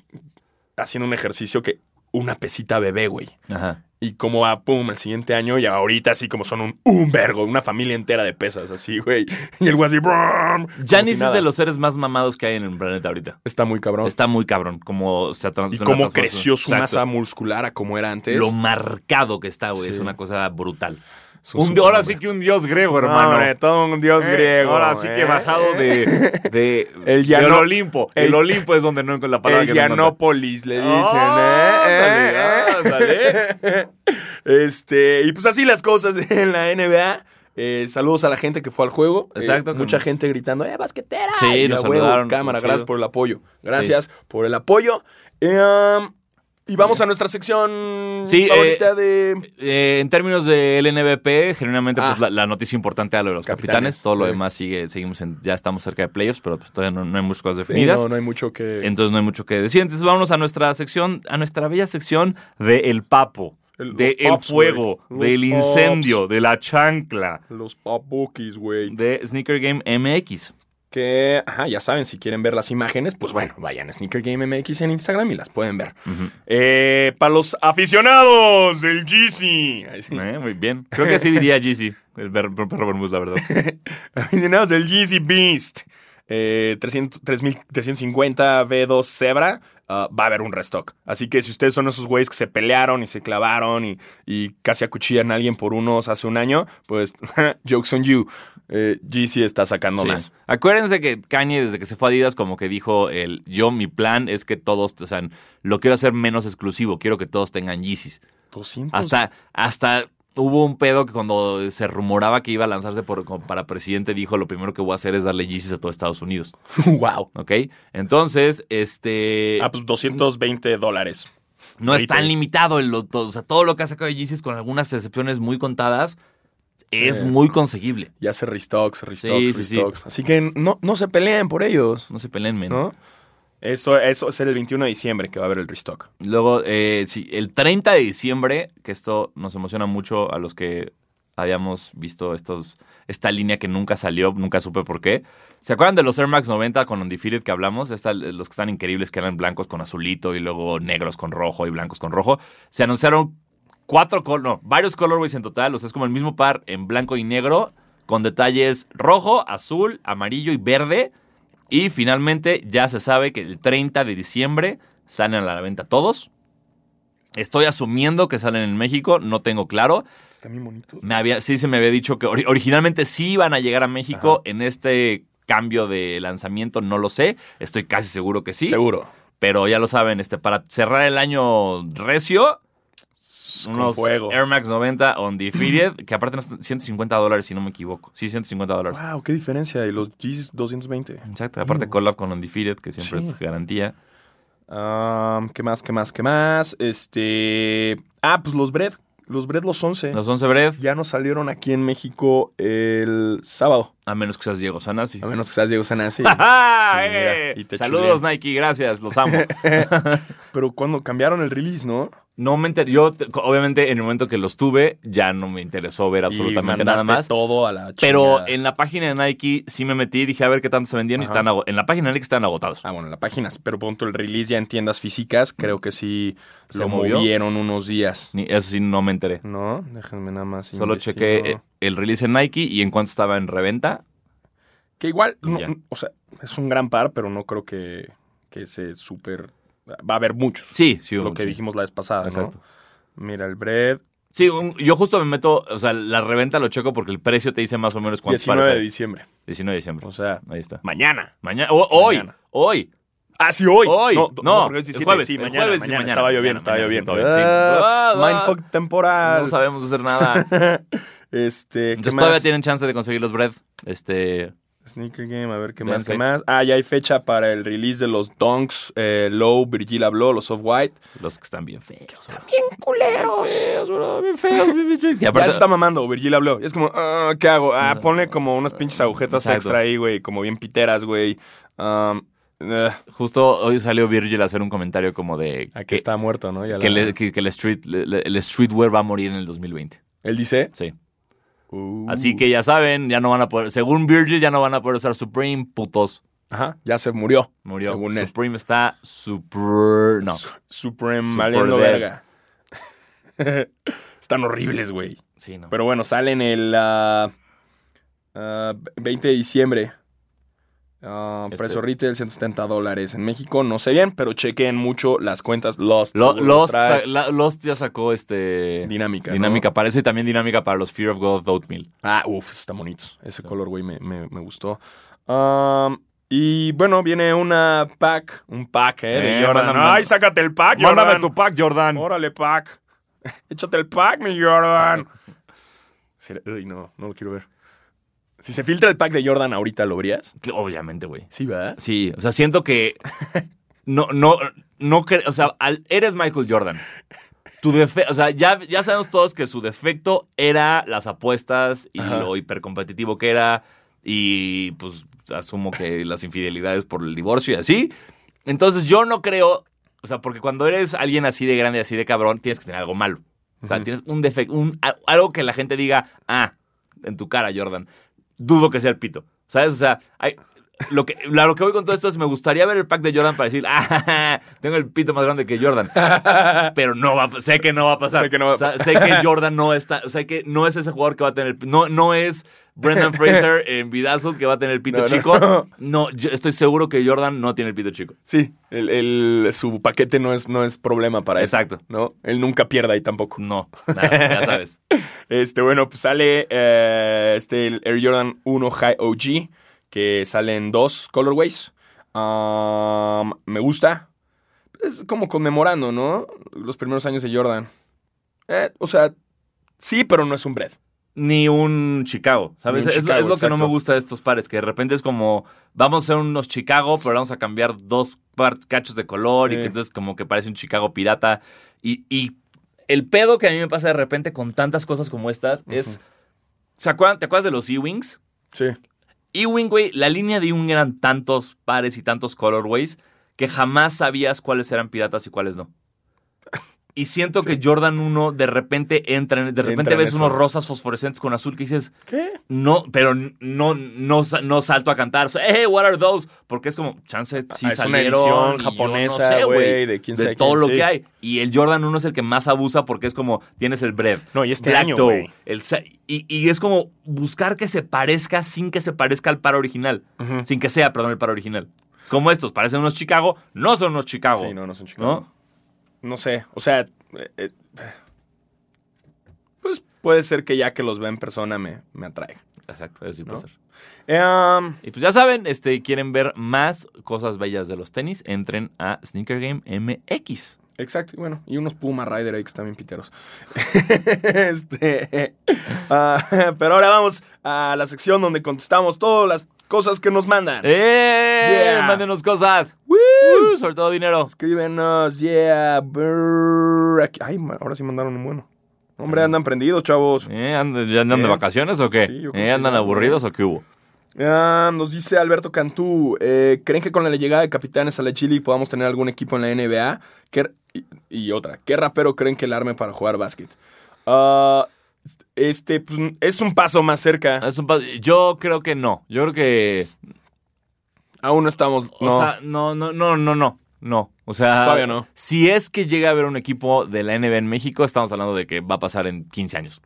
Speaker 1: haciendo un ejercicio que una pesita bebé, güey.
Speaker 2: ajá.
Speaker 1: Y cómo va, pum, el siguiente año y ahorita así como son un, un vergo, una familia entera de pesas así, güey. Y el güey así, brum, como si
Speaker 2: Janis es
Speaker 1: nada.
Speaker 2: de los seres más mamados que hay en el planeta ahorita.
Speaker 1: Está muy cabrón.
Speaker 2: Está muy cabrón como se ha trans-
Speaker 1: y
Speaker 2: se ha
Speaker 1: cómo
Speaker 2: transformado.
Speaker 1: creció su
Speaker 2: Exacto.
Speaker 1: masa muscular a como era antes.
Speaker 2: Lo marcado que está, güey.
Speaker 1: Sí.
Speaker 2: Es una cosa brutal.
Speaker 1: Es un
Speaker 2: Un, di- ahora sí
Speaker 1: superhombre.
Speaker 2: que un dios griego,
Speaker 1: No,
Speaker 2: hermano.
Speaker 1: hombre, todo un dios
Speaker 2: Eh,
Speaker 1: griego.
Speaker 2: ahora sí que
Speaker 1: ¿eh?
Speaker 2: bajado de, de-
Speaker 1: <laughs> El
Speaker 2: del
Speaker 1: llano-
Speaker 2: Olimpo. El,
Speaker 1: el-
Speaker 2: Olimpo es donde no encuentro la palabra
Speaker 1: El
Speaker 2: que no encuentro.
Speaker 1: Gianópolis, le dicen,
Speaker 2: Ándale,
Speaker 1: ¿eh? ¿eh? <laughs> Este, y pues así las cosas <laughs> en la NBA. Eh, saludos a la gente que fue al juego. Eh,
Speaker 2: Exacto, que
Speaker 1: mucha
Speaker 2: nos-
Speaker 1: gente gritando, ¡eh, basquetera!
Speaker 2: Sí,
Speaker 1: Y a
Speaker 2: nos
Speaker 1: huevo,
Speaker 2: saludaron,
Speaker 1: Cámara,
Speaker 2: chido.
Speaker 1: gracias por el apoyo. Gracias por el apoyo. Eh, um, y vamos a nuestra sección
Speaker 2: Sí,
Speaker 1: favorita de...
Speaker 2: Eh, en términos del NBP, generalmente pues,
Speaker 1: Ah.
Speaker 2: la, la noticia importante era lo de los capitanes.
Speaker 1: Capitanes,
Speaker 2: Todo lo
Speaker 1: sí.
Speaker 2: demás sigue, seguimos en- ya estamos cerca de playoffs, pero pues, todavía no, no hay muchas cosas definidas.
Speaker 1: Eh, no, no hay mucho que...
Speaker 2: Entonces no hay mucho que decir. Entonces vámonos a nuestra sección, a nuestra bella sección de El Papo,
Speaker 1: El-
Speaker 2: de
Speaker 1: los
Speaker 2: El
Speaker 1: pops,
Speaker 2: Fuego,
Speaker 1: güey.
Speaker 2: del
Speaker 1: Los
Speaker 2: Incendio, de La Chancla,
Speaker 1: Los papukis, güey.
Speaker 2: de Sneaker Game MX.
Speaker 1: Que, ajá, ya saben, si quieren ver las imágenes, pues bueno, vayan a Sneaker Game MX en Instagram y las pueden ver. Eh, para los aficionados del GC. Ay, sí. <laughs>
Speaker 2: <laughs> Eh, muy bien. Creo que sí diría Jeezy, el per- per- perro Bermúdez, la verdad.
Speaker 1: Aficionados del GC Beast. Eh, 300, 3000, 350 V2 Zebra. ah, va a haber un restock. Así que si ustedes son esos güeyes que se pelearon y se clavaron y, y casi acuchillan a alguien por unos hace un año, pues <laughs> jokes on you. Eh, GC está sacando
Speaker 2: Sí.
Speaker 1: más.
Speaker 2: Acuérdense que Kanye, desde que se fue a Adidas, como que dijo el yo, mi plan es que todos, o sea, lo quiero hacer menos exclusivo, quiero que todos tengan Yeezys.
Speaker 1: 200.
Speaker 2: Hasta, hasta hubo un pedo que cuando se rumoraba que iba a lanzarse por- como para presidente, dijo lo primero que voy a hacer es darle Yeezys a todo Estados Unidos.
Speaker 1: <laughs> wow.
Speaker 2: ¿Ok? Entonces, este.
Speaker 1: Ah, pues 220 dólares.
Speaker 2: no es
Speaker 1: ahorita.
Speaker 2: tan limitado el, lo- todo, o sea, todo lo que ha sacado Yeezys, con algunas excepciones muy contadas, es
Speaker 1: Sí.
Speaker 2: muy conseguible.
Speaker 1: Y hace restocks, restocks,
Speaker 2: Sí, sí, sí.
Speaker 1: restocks. Así que no, no se peleen por ellos,
Speaker 2: No se peleen, men.
Speaker 1: ¿no? Eso, eso es el 21 de diciembre que va a haber el restock.
Speaker 2: Luego, eh, sí, el 30 de diciembre, que esto nos emociona mucho a los que habíamos visto estos, esta línea que nunca salió, nunca supe por qué. ¿Se acuerdan de los Air Max 90 con Undefeated que hablamos? Esta- los que están increíbles, que eran blancos con azulito y luego negros con rojo y blancos con rojo. Se anunciaron cuatro, col- no, varios colorways en total. O sea, es como el mismo par en blanco y negro, con detalles rojo, azul, amarillo y verde. Y finalmente ya se sabe que el 30 de diciembre salen a la venta todos. Estoy asumiendo que salen en México, no tengo claro.
Speaker 1: Está bien bonito.
Speaker 2: Me había, sí se me había dicho que ori- originalmente sí iban a llegar a México en este cambio de lanzamiento, no lo sé. Estoy casi seguro que sí.
Speaker 1: Seguro.
Speaker 2: Pero ya lo saben, este, para cerrar el año recio, unos
Speaker 1: fuego.
Speaker 2: Air Max 90 Undefeated, que aparte no están- 150 dólares si no me equivoco. Sí, 150 dólares.
Speaker 1: Wow, qué diferencia. Y los G's 220.
Speaker 2: Exacto, aparte collab con Undefeated, que siempre
Speaker 1: Sí.
Speaker 2: es garantía.
Speaker 1: Am, ¿Qué más, qué más, qué más? Este. Ah, pues los Bread. Los Bread, los 11.
Speaker 2: Los 11 Bread,
Speaker 1: Ya no salieron aquí en México el sábado.
Speaker 2: a menos que seas Diego Sanasi.
Speaker 1: A
Speaker 2: <laughs>
Speaker 1: menos que seas Diego Sanasi.
Speaker 2: ¡Ah!
Speaker 1: Y mira,
Speaker 2: eh!
Speaker 1: y te
Speaker 2: Saludos, Nike, gracias,
Speaker 1: <laughs>
Speaker 2: los amo.
Speaker 1: Pero cuando cambiaron el release, ¿no?
Speaker 2: No me enter- Yo, te- obviamente, en el momento que los tuve, ya no me interesó ver absolutamente
Speaker 1: Y
Speaker 2: nada
Speaker 1: mandaste
Speaker 2: más.
Speaker 1: todo a la
Speaker 2: Pero
Speaker 1: chingada.
Speaker 2: en la página de Nike sí me metí y dije a ver qué tanto se vendían y
Speaker 1: Ajá.
Speaker 2: están ago- en la página de Nike están agotados.
Speaker 1: Ah, bueno, en la página, pero pronto el release ya en tiendas físicas, creo que sí
Speaker 2: ¿Se
Speaker 1: lo
Speaker 2: movió?
Speaker 1: movieron unos días.
Speaker 2: Ni- Eso sí no me enteré.
Speaker 1: No, déjenme nada más.
Speaker 2: Solo
Speaker 1: investigo.
Speaker 2: chequé eh, el release en Nike y en cuánto estaba en reventa.
Speaker 1: Que igual, no,
Speaker 2: Ya.
Speaker 1: o sea, es un gran par, pero no creo que, que se súper. Va a haber muchos.
Speaker 2: Sí, sí.
Speaker 1: lo
Speaker 2: un-
Speaker 1: que
Speaker 2: sí.
Speaker 1: dijimos la vez pasada, ¿no?
Speaker 2: Exacto.
Speaker 1: Mira, el bread,
Speaker 2: Sí, un- yo justo me meto, o sea, la reventa lo checo porque el precio te dice más o menos cuánto
Speaker 1: 19 de
Speaker 2: parece.
Speaker 1: diciembre.
Speaker 2: 19 de diciembre.
Speaker 1: O sea,
Speaker 2: Ahí está.
Speaker 1: mañana.
Speaker 2: Mañana, o- hoy,
Speaker 1: Pues, Mañana.
Speaker 2: hoy.
Speaker 1: Ah, sí, hoy.
Speaker 2: Hoy.
Speaker 1: No,
Speaker 2: No,
Speaker 1: no, porque es
Speaker 2: el
Speaker 1: 17,
Speaker 2: jueves,
Speaker 1: sí,
Speaker 2: el
Speaker 1: mañana,
Speaker 2: jueves y
Speaker 1: mañana.
Speaker 2: mañana.
Speaker 1: Estaba lloviendo,
Speaker 2: Mañana,
Speaker 1: estaba lloviendo.
Speaker 2: mañana, todo bien, sí.
Speaker 1: Ah,
Speaker 2: Ah, va.
Speaker 1: Mindfuck temporal. <laughs>
Speaker 2: No sabemos hacer nada.
Speaker 1: Este, ¿qué
Speaker 2: Entonces todavía
Speaker 1: más?
Speaker 2: tienen chance de conseguir los bread. Este,
Speaker 1: Sneaker Game, a ver qué
Speaker 2: Dense.
Speaker 1: más, qué más. Ah, ya hay fecha para el release de los Donks, eh, Low, Virgil habló, los Soft White.
Speaker 2: los que están bien feos. bro.
Speaker 1: ¡Bien culeros!
Speaker 2: Feos, bro, bien feos, bien bien feos. Y
Speaker 1: Ya
Speaker 2: aparte-
Speaker 1: se está mamando, Virgil habló. Y es como, ah, ¿qué hago? Ah,
Speaker 2: Ajá.
Speaker 1: ponle como unas pinches agujetas
Speaker 2: Exacto.
Speaker 1: extra ahí, güey, como bien piteras, güey. Um, eh,
Speaker 2: Justo hoy salió Virgil a hacer un comentario como de
Speaker 1: aquí está muerto, ¿no? Ya la-
Speaker 2: que, le- que- que el, street, le- le- el streetwear va a morir en el 2020.
Speaker 1: Él dice.
Speaker 2: Sí.
Speaker 1: uh,
Speaker 2: Así que ya saben, ya no van a poder, según Virgil, ya no van a poder usar Supreme, putos.
Speaker 1: Ajá, ya se murió.
Speaker 2: Murió.
Speaker 1: Según él.
Speaker 2: Supreme está super. No.
Speaker 1: Su- Supreme,
Speaker 2: Super
Speaker 1: valiendo
Speaker 2: dead.
Speaker 1: verga. <laughs> Están horribles, güey.
Speaker 2: Sí, no.
Speaker 1: Pero bueno, salen el ah, ah, 20 de diciembre. Ah,
Speaker 2: Este-
Speaker 1: Precio retail, 170 dólares en México. No sé bien, pero chequen mucho las cuentas. Lost.
Speaker 2: Lo-
Speaker 1: seguro
Speaker 2: Lost,
Speaker 1: trae
Speaker 2: sa- la- Lost ya sacó este.
Speaker 1: dinámica. ¿no?
Speaker 2: dinámica para eso y también dinámica para los Fear of God Oatmeal.
Speaker 1: Ah, uff, está bonito. Ese color, güey, me, me- me gustó. Um, y bueno, viene una pack. Un pack, ¿eh? de
Speaker 2: Eh,
Speaker 1: Jordan.
Speaker 2: mándame-
Speaker 1: ¡Ay, sácate el pack, Jordan!
Speaker 2: pack, Jordan.
Speaker 1: <laughs> Órale, pack. Échate el pack, mi Jordan. <laughs> Sí, Uy, no, no lo quiero ver. Si se filtra el pack de Jordan ahorita, ¿lo verías?
Speaker 2: Obviamente, güey.
Speaker 1: Sí, ¿verdad?
Speaker 2: Sí, o sea, siento que no, no, no, cre- o sea, al- eres Michael Jordan. Tu defe- o sea, ya, ya sabemos todos que su defecto era las apuestas y
Speaker 1: Ajá.
Speaker 2: lo hipercompetitivo que era y pues asumo que las infidelidades por el divorcio y así. Entonces yo no creo, o sea, porque cuando eres alguien así de grande, así de cabrón, tienes que tener algo malo. O sea,
Speaker 1: Ujú.
Speaker 2: tienes un defecto, un, a- algo que la gente diga, ah, en tu cara, Jordan. Dudo que sea el pito. ¿Sabes? O sea, hay, lo que, la- lo que voy con todo esto es, me gustaría ver el pack de Jordan para decir, ah, tengo el pito más grande
Speaker 1: <laughs>
Speaker 2: que Jordan. Pero no va, a- sé que no va a pasar.
Speaker 1: Sé que no va a
Speaker 2: O sea,
Speaker 1: <laughs>
Speaker 2: sé que Jordan no está, o sea, que no es ese jugador que va a tener, el pi- no, no es Brendan Fraser
Speaker 1: <laughs>
Speaker 2: en vidazos que va a tener el pito
Speaker 1: No, no.
Speaker 2: chico. No, yo estoy seguro que Jordan no tiene el pito chico.
Speaker 1: Sí, el, el- su paquete no es, no es problema para eso.
Speaker 2: Exacto.
Speaker 1: ¿No? Él nunca pierde ahí tampoco.
Speaker 2: No, nada, ya sabes.
Speaker 1: Este, bueno, pues sale eh, este, el Air Jordan 1 High OG, que sale en dos colorways. Um, me gusta. Es como conmemorando, ¿no? Los primeros años de Jordan. Eh, o sea, sí, pero no es un bread.
Speaker 2: <laughs> Ni un Chicago,
Speaker 1: Ni
Speaker 2: ¿sabes?
Speaker 1: un
Speaker 2: es, lo-
Speaker 1: Chicago,
Speaker 2: es lo que no
Speaker 1: exacto.
Speaker 2: me gusta de estos pares, que de repente es como, vamos a ser unos Chicago, pero vamos a cambiar dos par- cachos de color, y
Speaker 1: Sí.
Speaker 2: que entonces como que parece un Chicago pirata. Y, y el pedo que a mí me pasa de repente con tantas cosas como estas es, ¿se acuerdan- ¿te acuerdas de los E-Wings?
Speaker 1: Sí.
Speaker 2: E-Wing, güey, la línea de E-Wing eran tantos pares y tantos colorways que jamás sabías cuáles eran piratas y cuáles no. Y siento que Jordan 1 de repente entra, en- de repente
Speaker 1: Entra en
Speaker 2: ves
Speaker 1: eso.
Speaker 2: unos rosas fosforescentes con azul que dices,
Speaker 1: ¿Qué?
Speaker 2: no, pero no, no, sa- no salto a cantar, hey, what are those? Porque es como, chance, sí
Speaker 1: Ah, es una
Speaker 2: salieron.
Speaker 1: edición
Speaker 2: y yo
Speaker 1: japonesa,
Speaker 2: sé,
Speaker 1: güey, de quién sabe
Speaker 2: todo
Speaker 1: quién,
Speaker 2: lo
Speaker 1: sí.
Speaker 2: que hay. Y el Jordan 1 es el que más abusa porque es como, tienes el bread.
Speaker 1: No, y este
Speaker 2: Black
Speaker 1: año,
Speaker 2: Toe,
Speaker 1: güey.
Speaker 2: el sa- y, y es como buscar que se parezca sin que se parezca al par original.
Speaker 1: Ujú.
Speaker 2: Sin que sea, perdón, el par original. Como estos, parecen unos Chicago, no son unos Chicago.
Speaker 1: Sí, no, no son Chicago.
Speaker 2: ¿no?
Speaker 1: no sé, o sea, eh, eh, pues puede ser que ya que los vea en persona me, me atraiga.
Speaker 2: Exacto, eso sí puede
Speaker 1: ¿No?
Speaker 2: ser.
Speaker 1: Eh, um,
Speaker 2: Y pues ya saben, este, quieren ver más cosas bellas de los tenis, entren a Sneaker Game MX.
Speaker 1: exacto, y bueno, y unos Puma Rider ahí que están bien piteros. <laughs> este, <laughs> ah, pero ahora vamos a la sección donde contestamos todas las cosas que nos mandan.
Speaker 2: ¡Eh!
Speaker 1: Yeah.
Speaker 2: ¡Mándenos cosas! Uh, sobre todo dinero.
Speaker 1: Escríbenos, yeah. brr, aquí- Ay, ma- ahora sí mandaron un bueno. Hombre, andan prendidos, chavos.
Speaker 2: Eh, and- ¿Ya andan
Speaker 1: Eh.
Speaker 2: de vacaciones o qué?
Speaker 1: Sí, yo creo
Speaker 2: Eh,
Speaker 1: que
Speaker 2: ¿Andan
Speaker 1: ya.
Speaker 2: aburridos o qué hubo?
Speaker 1: Ah, nos dice Alberto Cantú, eh, ¿creen que con la llegada de capitanes a la Chile podamos tener algún equipo en la NBA? ¿Qué- y, y otra, ¿qué rapero creen que el arme para jugar básquet? Ah, este, pues, es un paso más cerca.
Speaker 2: Es un pas- Yo creo que no. Yo creo que.
Speaker 1: Aún no estamos...
Speaker 2: O
Speaker 1: no.
Speaker 2: sea, no, no, no, no, no. No. O sea.
Speaker 1: Todavía no.
Speaker 2: Si es que llega a haber un equipo de la NBA en México, estamos hablando de que va a pasar en 15 años.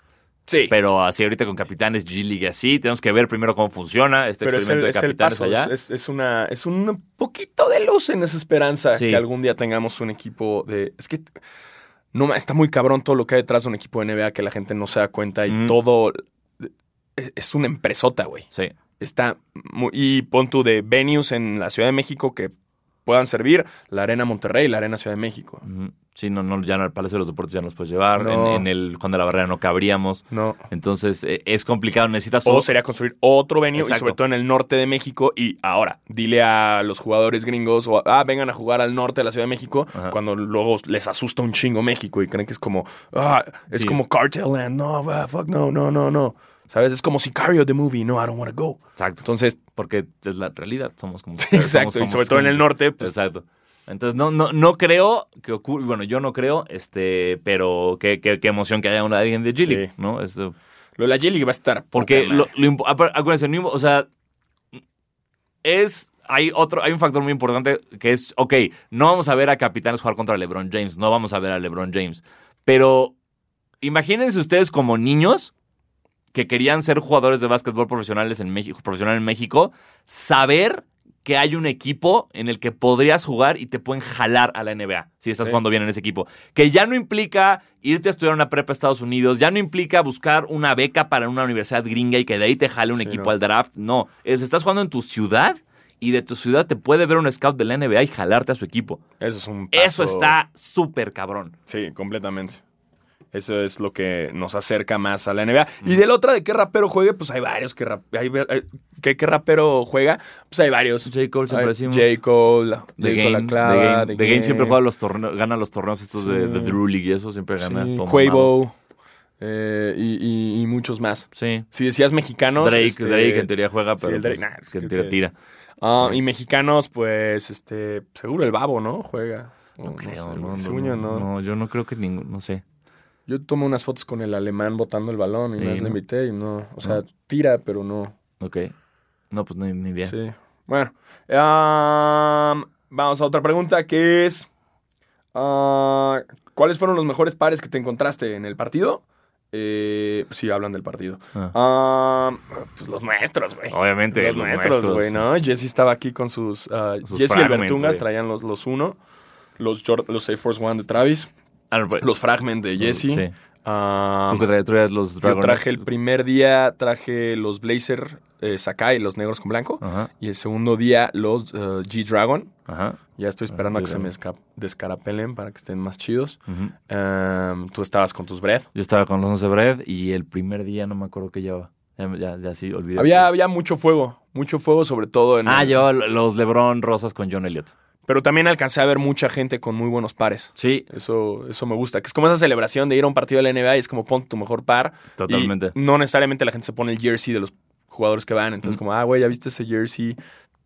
Speaker 1: sí, pero,
Speaker 2: Pero así ahorita con capitanes G League así, tenemos que ver primero cómo funciona este
Speaker 1: es el,
Speaker 2: experimento de
Speaker 1: es el
Speaker 2: capitanes
Speaker 1: paso,
Speaker 2: allá.
Speaker 1: es, es una, es un poquito de luz en esa esperanza
Speaker 2: Sí.
Speaker 1: que algún día tengamos un equipo de... Es que... No, ma- está muy cabrón todo lo que hay detrás de un equipo de NBA que la gente no se da cuenta y
Speaker 2: Mm.
Speaker 1: todo... es- es una empresota, güey.
Speaker 2: Sí.
Speaker 1: está mu- y pon tú de venues en la Ciudad de México que puedan servir, la Arena Monterrey, la Arena Ciudad de México.
Speaker 2: Ujú. Sí, no, no, ya no, al Palacio de los Deportes ya no los puedes llevar.
Speaker 1: No.
Speaker 2: En, en el Juan de la Barrera no cabríamos.
Speaker 1: No.
Speaker 2: Entonces, eh, es complicado. Necesitas...
Speaker 1: O
Speaker 2: o-
Speaker 1: sería construir otro venue y
Speaker 2: Exacto.
Speaker 1: sobre todo en el norte de México. Y ahora, dile a los jugadores gringos o a- ah, vengan a jugar al norte de la Ciudad de México
Speaker 2: Ajá.
Speaker 1: cuando luego les asusta un chingo México y creen que es como, ah, es
Speaker 2: Sí.
Speaker 1: como Cartel Land. No, ah, fuck, no, no, no, no. ¿Sabes? Es como Sicario the movie. No, I don't want to go.
Speaker 2: Exacto.
Speaker 1: Entonces, <laughs>
Speaker 2: porque es la realidad, somos como
Speaker 1: exacto, y sobre todo en el norte, pues-
Speaker 2: Exacto. Entonces, no, no, no creo que ocurra, bueno, yo no creo, este, pero qué, qué- qué emoción que haya una alguien de Chile,
Speaker 1: Sí.
Speaker 2: ¿no? Esto,
Speaker 1: lo de la J-League va a estar.
Speaker 2: porque
Speaker 1: poca
Speaker 2: lo,
Speaker 1: madre.
Speaker 2: lo impo- apar- acuérdense, no impo- o sea, es, hay otro, hay un factor muy importante que es, ok, no vamos a ver a Capitanes jugar contra LeBron James, no vamos a ver a LeBron James, pero imagínense ustedes como niños que querían ser jugadores de básquetbol profesionales en México, profesional en México, saber que hay un equipo en el que podrías jugar y te pueden jalar a la NBA si estás
Speaker 1: Sí.
Speaker 2: jugando bien en ese equipo. Que ya no implica irte a estudiar una prepa a Estados Unidos, ya no implica buscar una beca para una universidad gringa y que de ahí te jale un
Speaker 1: Sí,
Speaker 2: equipo
Speaker 1: no.
Speaker 2: al draft. No, es estás jugando en tu ciudad y de tu ciudad te puede ver un scout de la NBA y jalarte a su equipo.
Speaker 1: Eso es un paso-
Speaker 2: Eso está súper cabrón.
Speaker 1: Sí, completamente. Eso es lo que nos acerca más a la NBA. Y de la otra, de qué rapero juegue, pues hay varios. Que rap- hay- hay- ¿qué, qué rapero juega? Pues hay varios.
Speaker 2: J. Cole siempre
Speaker 1: Hay
Speaker 2: decimos.
Speaker 1: J. Cole,
Speaker 2: The
Speaker 1: J. Cole la
Speaker 2: Game,
Speaker 1: clava,
Speaker 2: The Game.
Speaker 1: The
Speaker 2: The Game siempre
Speaker 1: Game.
Speaker 2: juega los torneos, gana los torneos estos de,
Speaker 1: Sí.
Speaker 2: de Drew League y eso siempre gana.
Speaker 1: Sí,
Speaker 2: todo mamado.
Speaker 1: Quavo eh, y, y- y muchos más.
Speaker 2: Sí.
Speaker 1: Si decías mexicanos.
Speaker 2: Drake,
Speaker 1: este,
Speaker 2: Drake en teoría juega,
Speaker 1: sí,
Speaker 2: pero
Speaker 1: el Drake,
Speaker 2: pues,
Speaker 1: nah,
Speaker 2: que
Speaker 1: creo
Speaker 2: en teoría
Speaker 1: que-
Speaker 2: tira.
Speaker 1: ah, y mexicanos, pues, este, seguro el babo, ¿no? Juega. O
Speaker 2: No creo,
Speaker 1: sé,
Speaker 2: no, no,
Speaker 1: según yo, no.
Speaker 2: no, yo no creo que ninguno, no sé.
Speaker 1: Yo tomé unas fotos con el alemán botando el balón y
Speaker 2: Sí,
Speaker 1: más le
Speaker 2: ¿no?
Speaker 1: invité y no. O sea, tira, pero no.
Speaker 2: Ok. No, pues no hay ni idea.
Speaker 1: Sí. Bueno. am, vamos a otra pregunta que es. ah, ¿Cuáles fueron los mejores pares que te encontraste en el partido? Eh, sí, hablan del partido.
Speaker 2: Ah.
Speaker 1: Am, pues los nuestros, güey.
Speaker 2: Obviamente,
Speaker 1: los, nuestros, güey, ¿no? Jesse estaba aquí con sus. ah,
Speaker 2: Sus
Speaker 1: Jesse y el
Speaker 2: Fragment,
Speaker 1: Bertungas
Speaker 2: güey.
Speaker 1: traían los, los uno. Los, Jord- los Air Force One de Travis.
Speaker 2: Ah, no, pero-
Speaker 1: Los Fragment de Jesse.
Speaker 2: Sí.
Speaker 1: Am,
Speaker 2: Tú que traías- traías los
Speaker 1: yo
Speaker 2: Dragons.
Speaker 1: traje el primer día, traje los Blazer eh, Sakai, los negros con blanco.
Speaker 2: Ajá,
Speaker 1: Y el segundo día, los eh, G-Dragon.
Speaker 2: ajá.
Speaker 1: Ya estoy esperando a que se me
Speaker 2: G-Dragon.
Speaker 1: esca- descarapelen para que estén más chidos.
Speaker 2: ujú.
Speaker 1: Em, tú estabas con tus breath.
Speaker 2: Yo estaba con los 11 Bread y el primer día no me acuerdo qué llevaba. Ya, ya, ya sí, olvidé.
Speaker 1: Había, había mucho fuego, mucho fuego, sobre todo en.
Speaker 2: Ah,
Speaker 1: el-
Speaker 2: llevaba los LeBron Rosas con John Elliott.
Speaker 1: Pero también alcancé a ver mucha gente con muy buenos pares.
Speaker 2: Sí,
Speaker 1: Eso, eso me gusta. Que es como esa celebración de ir a un partido de la NBA y es como pon tu mejor par.
Speaker 2: totalmente.
Speaker 1: Y no necesariamente la gente se pone el jersey de los jugadores que van. Entonces,
Speaker 2: Mm.
Speaker 1: como, ah, güey, ya viste ese jersey,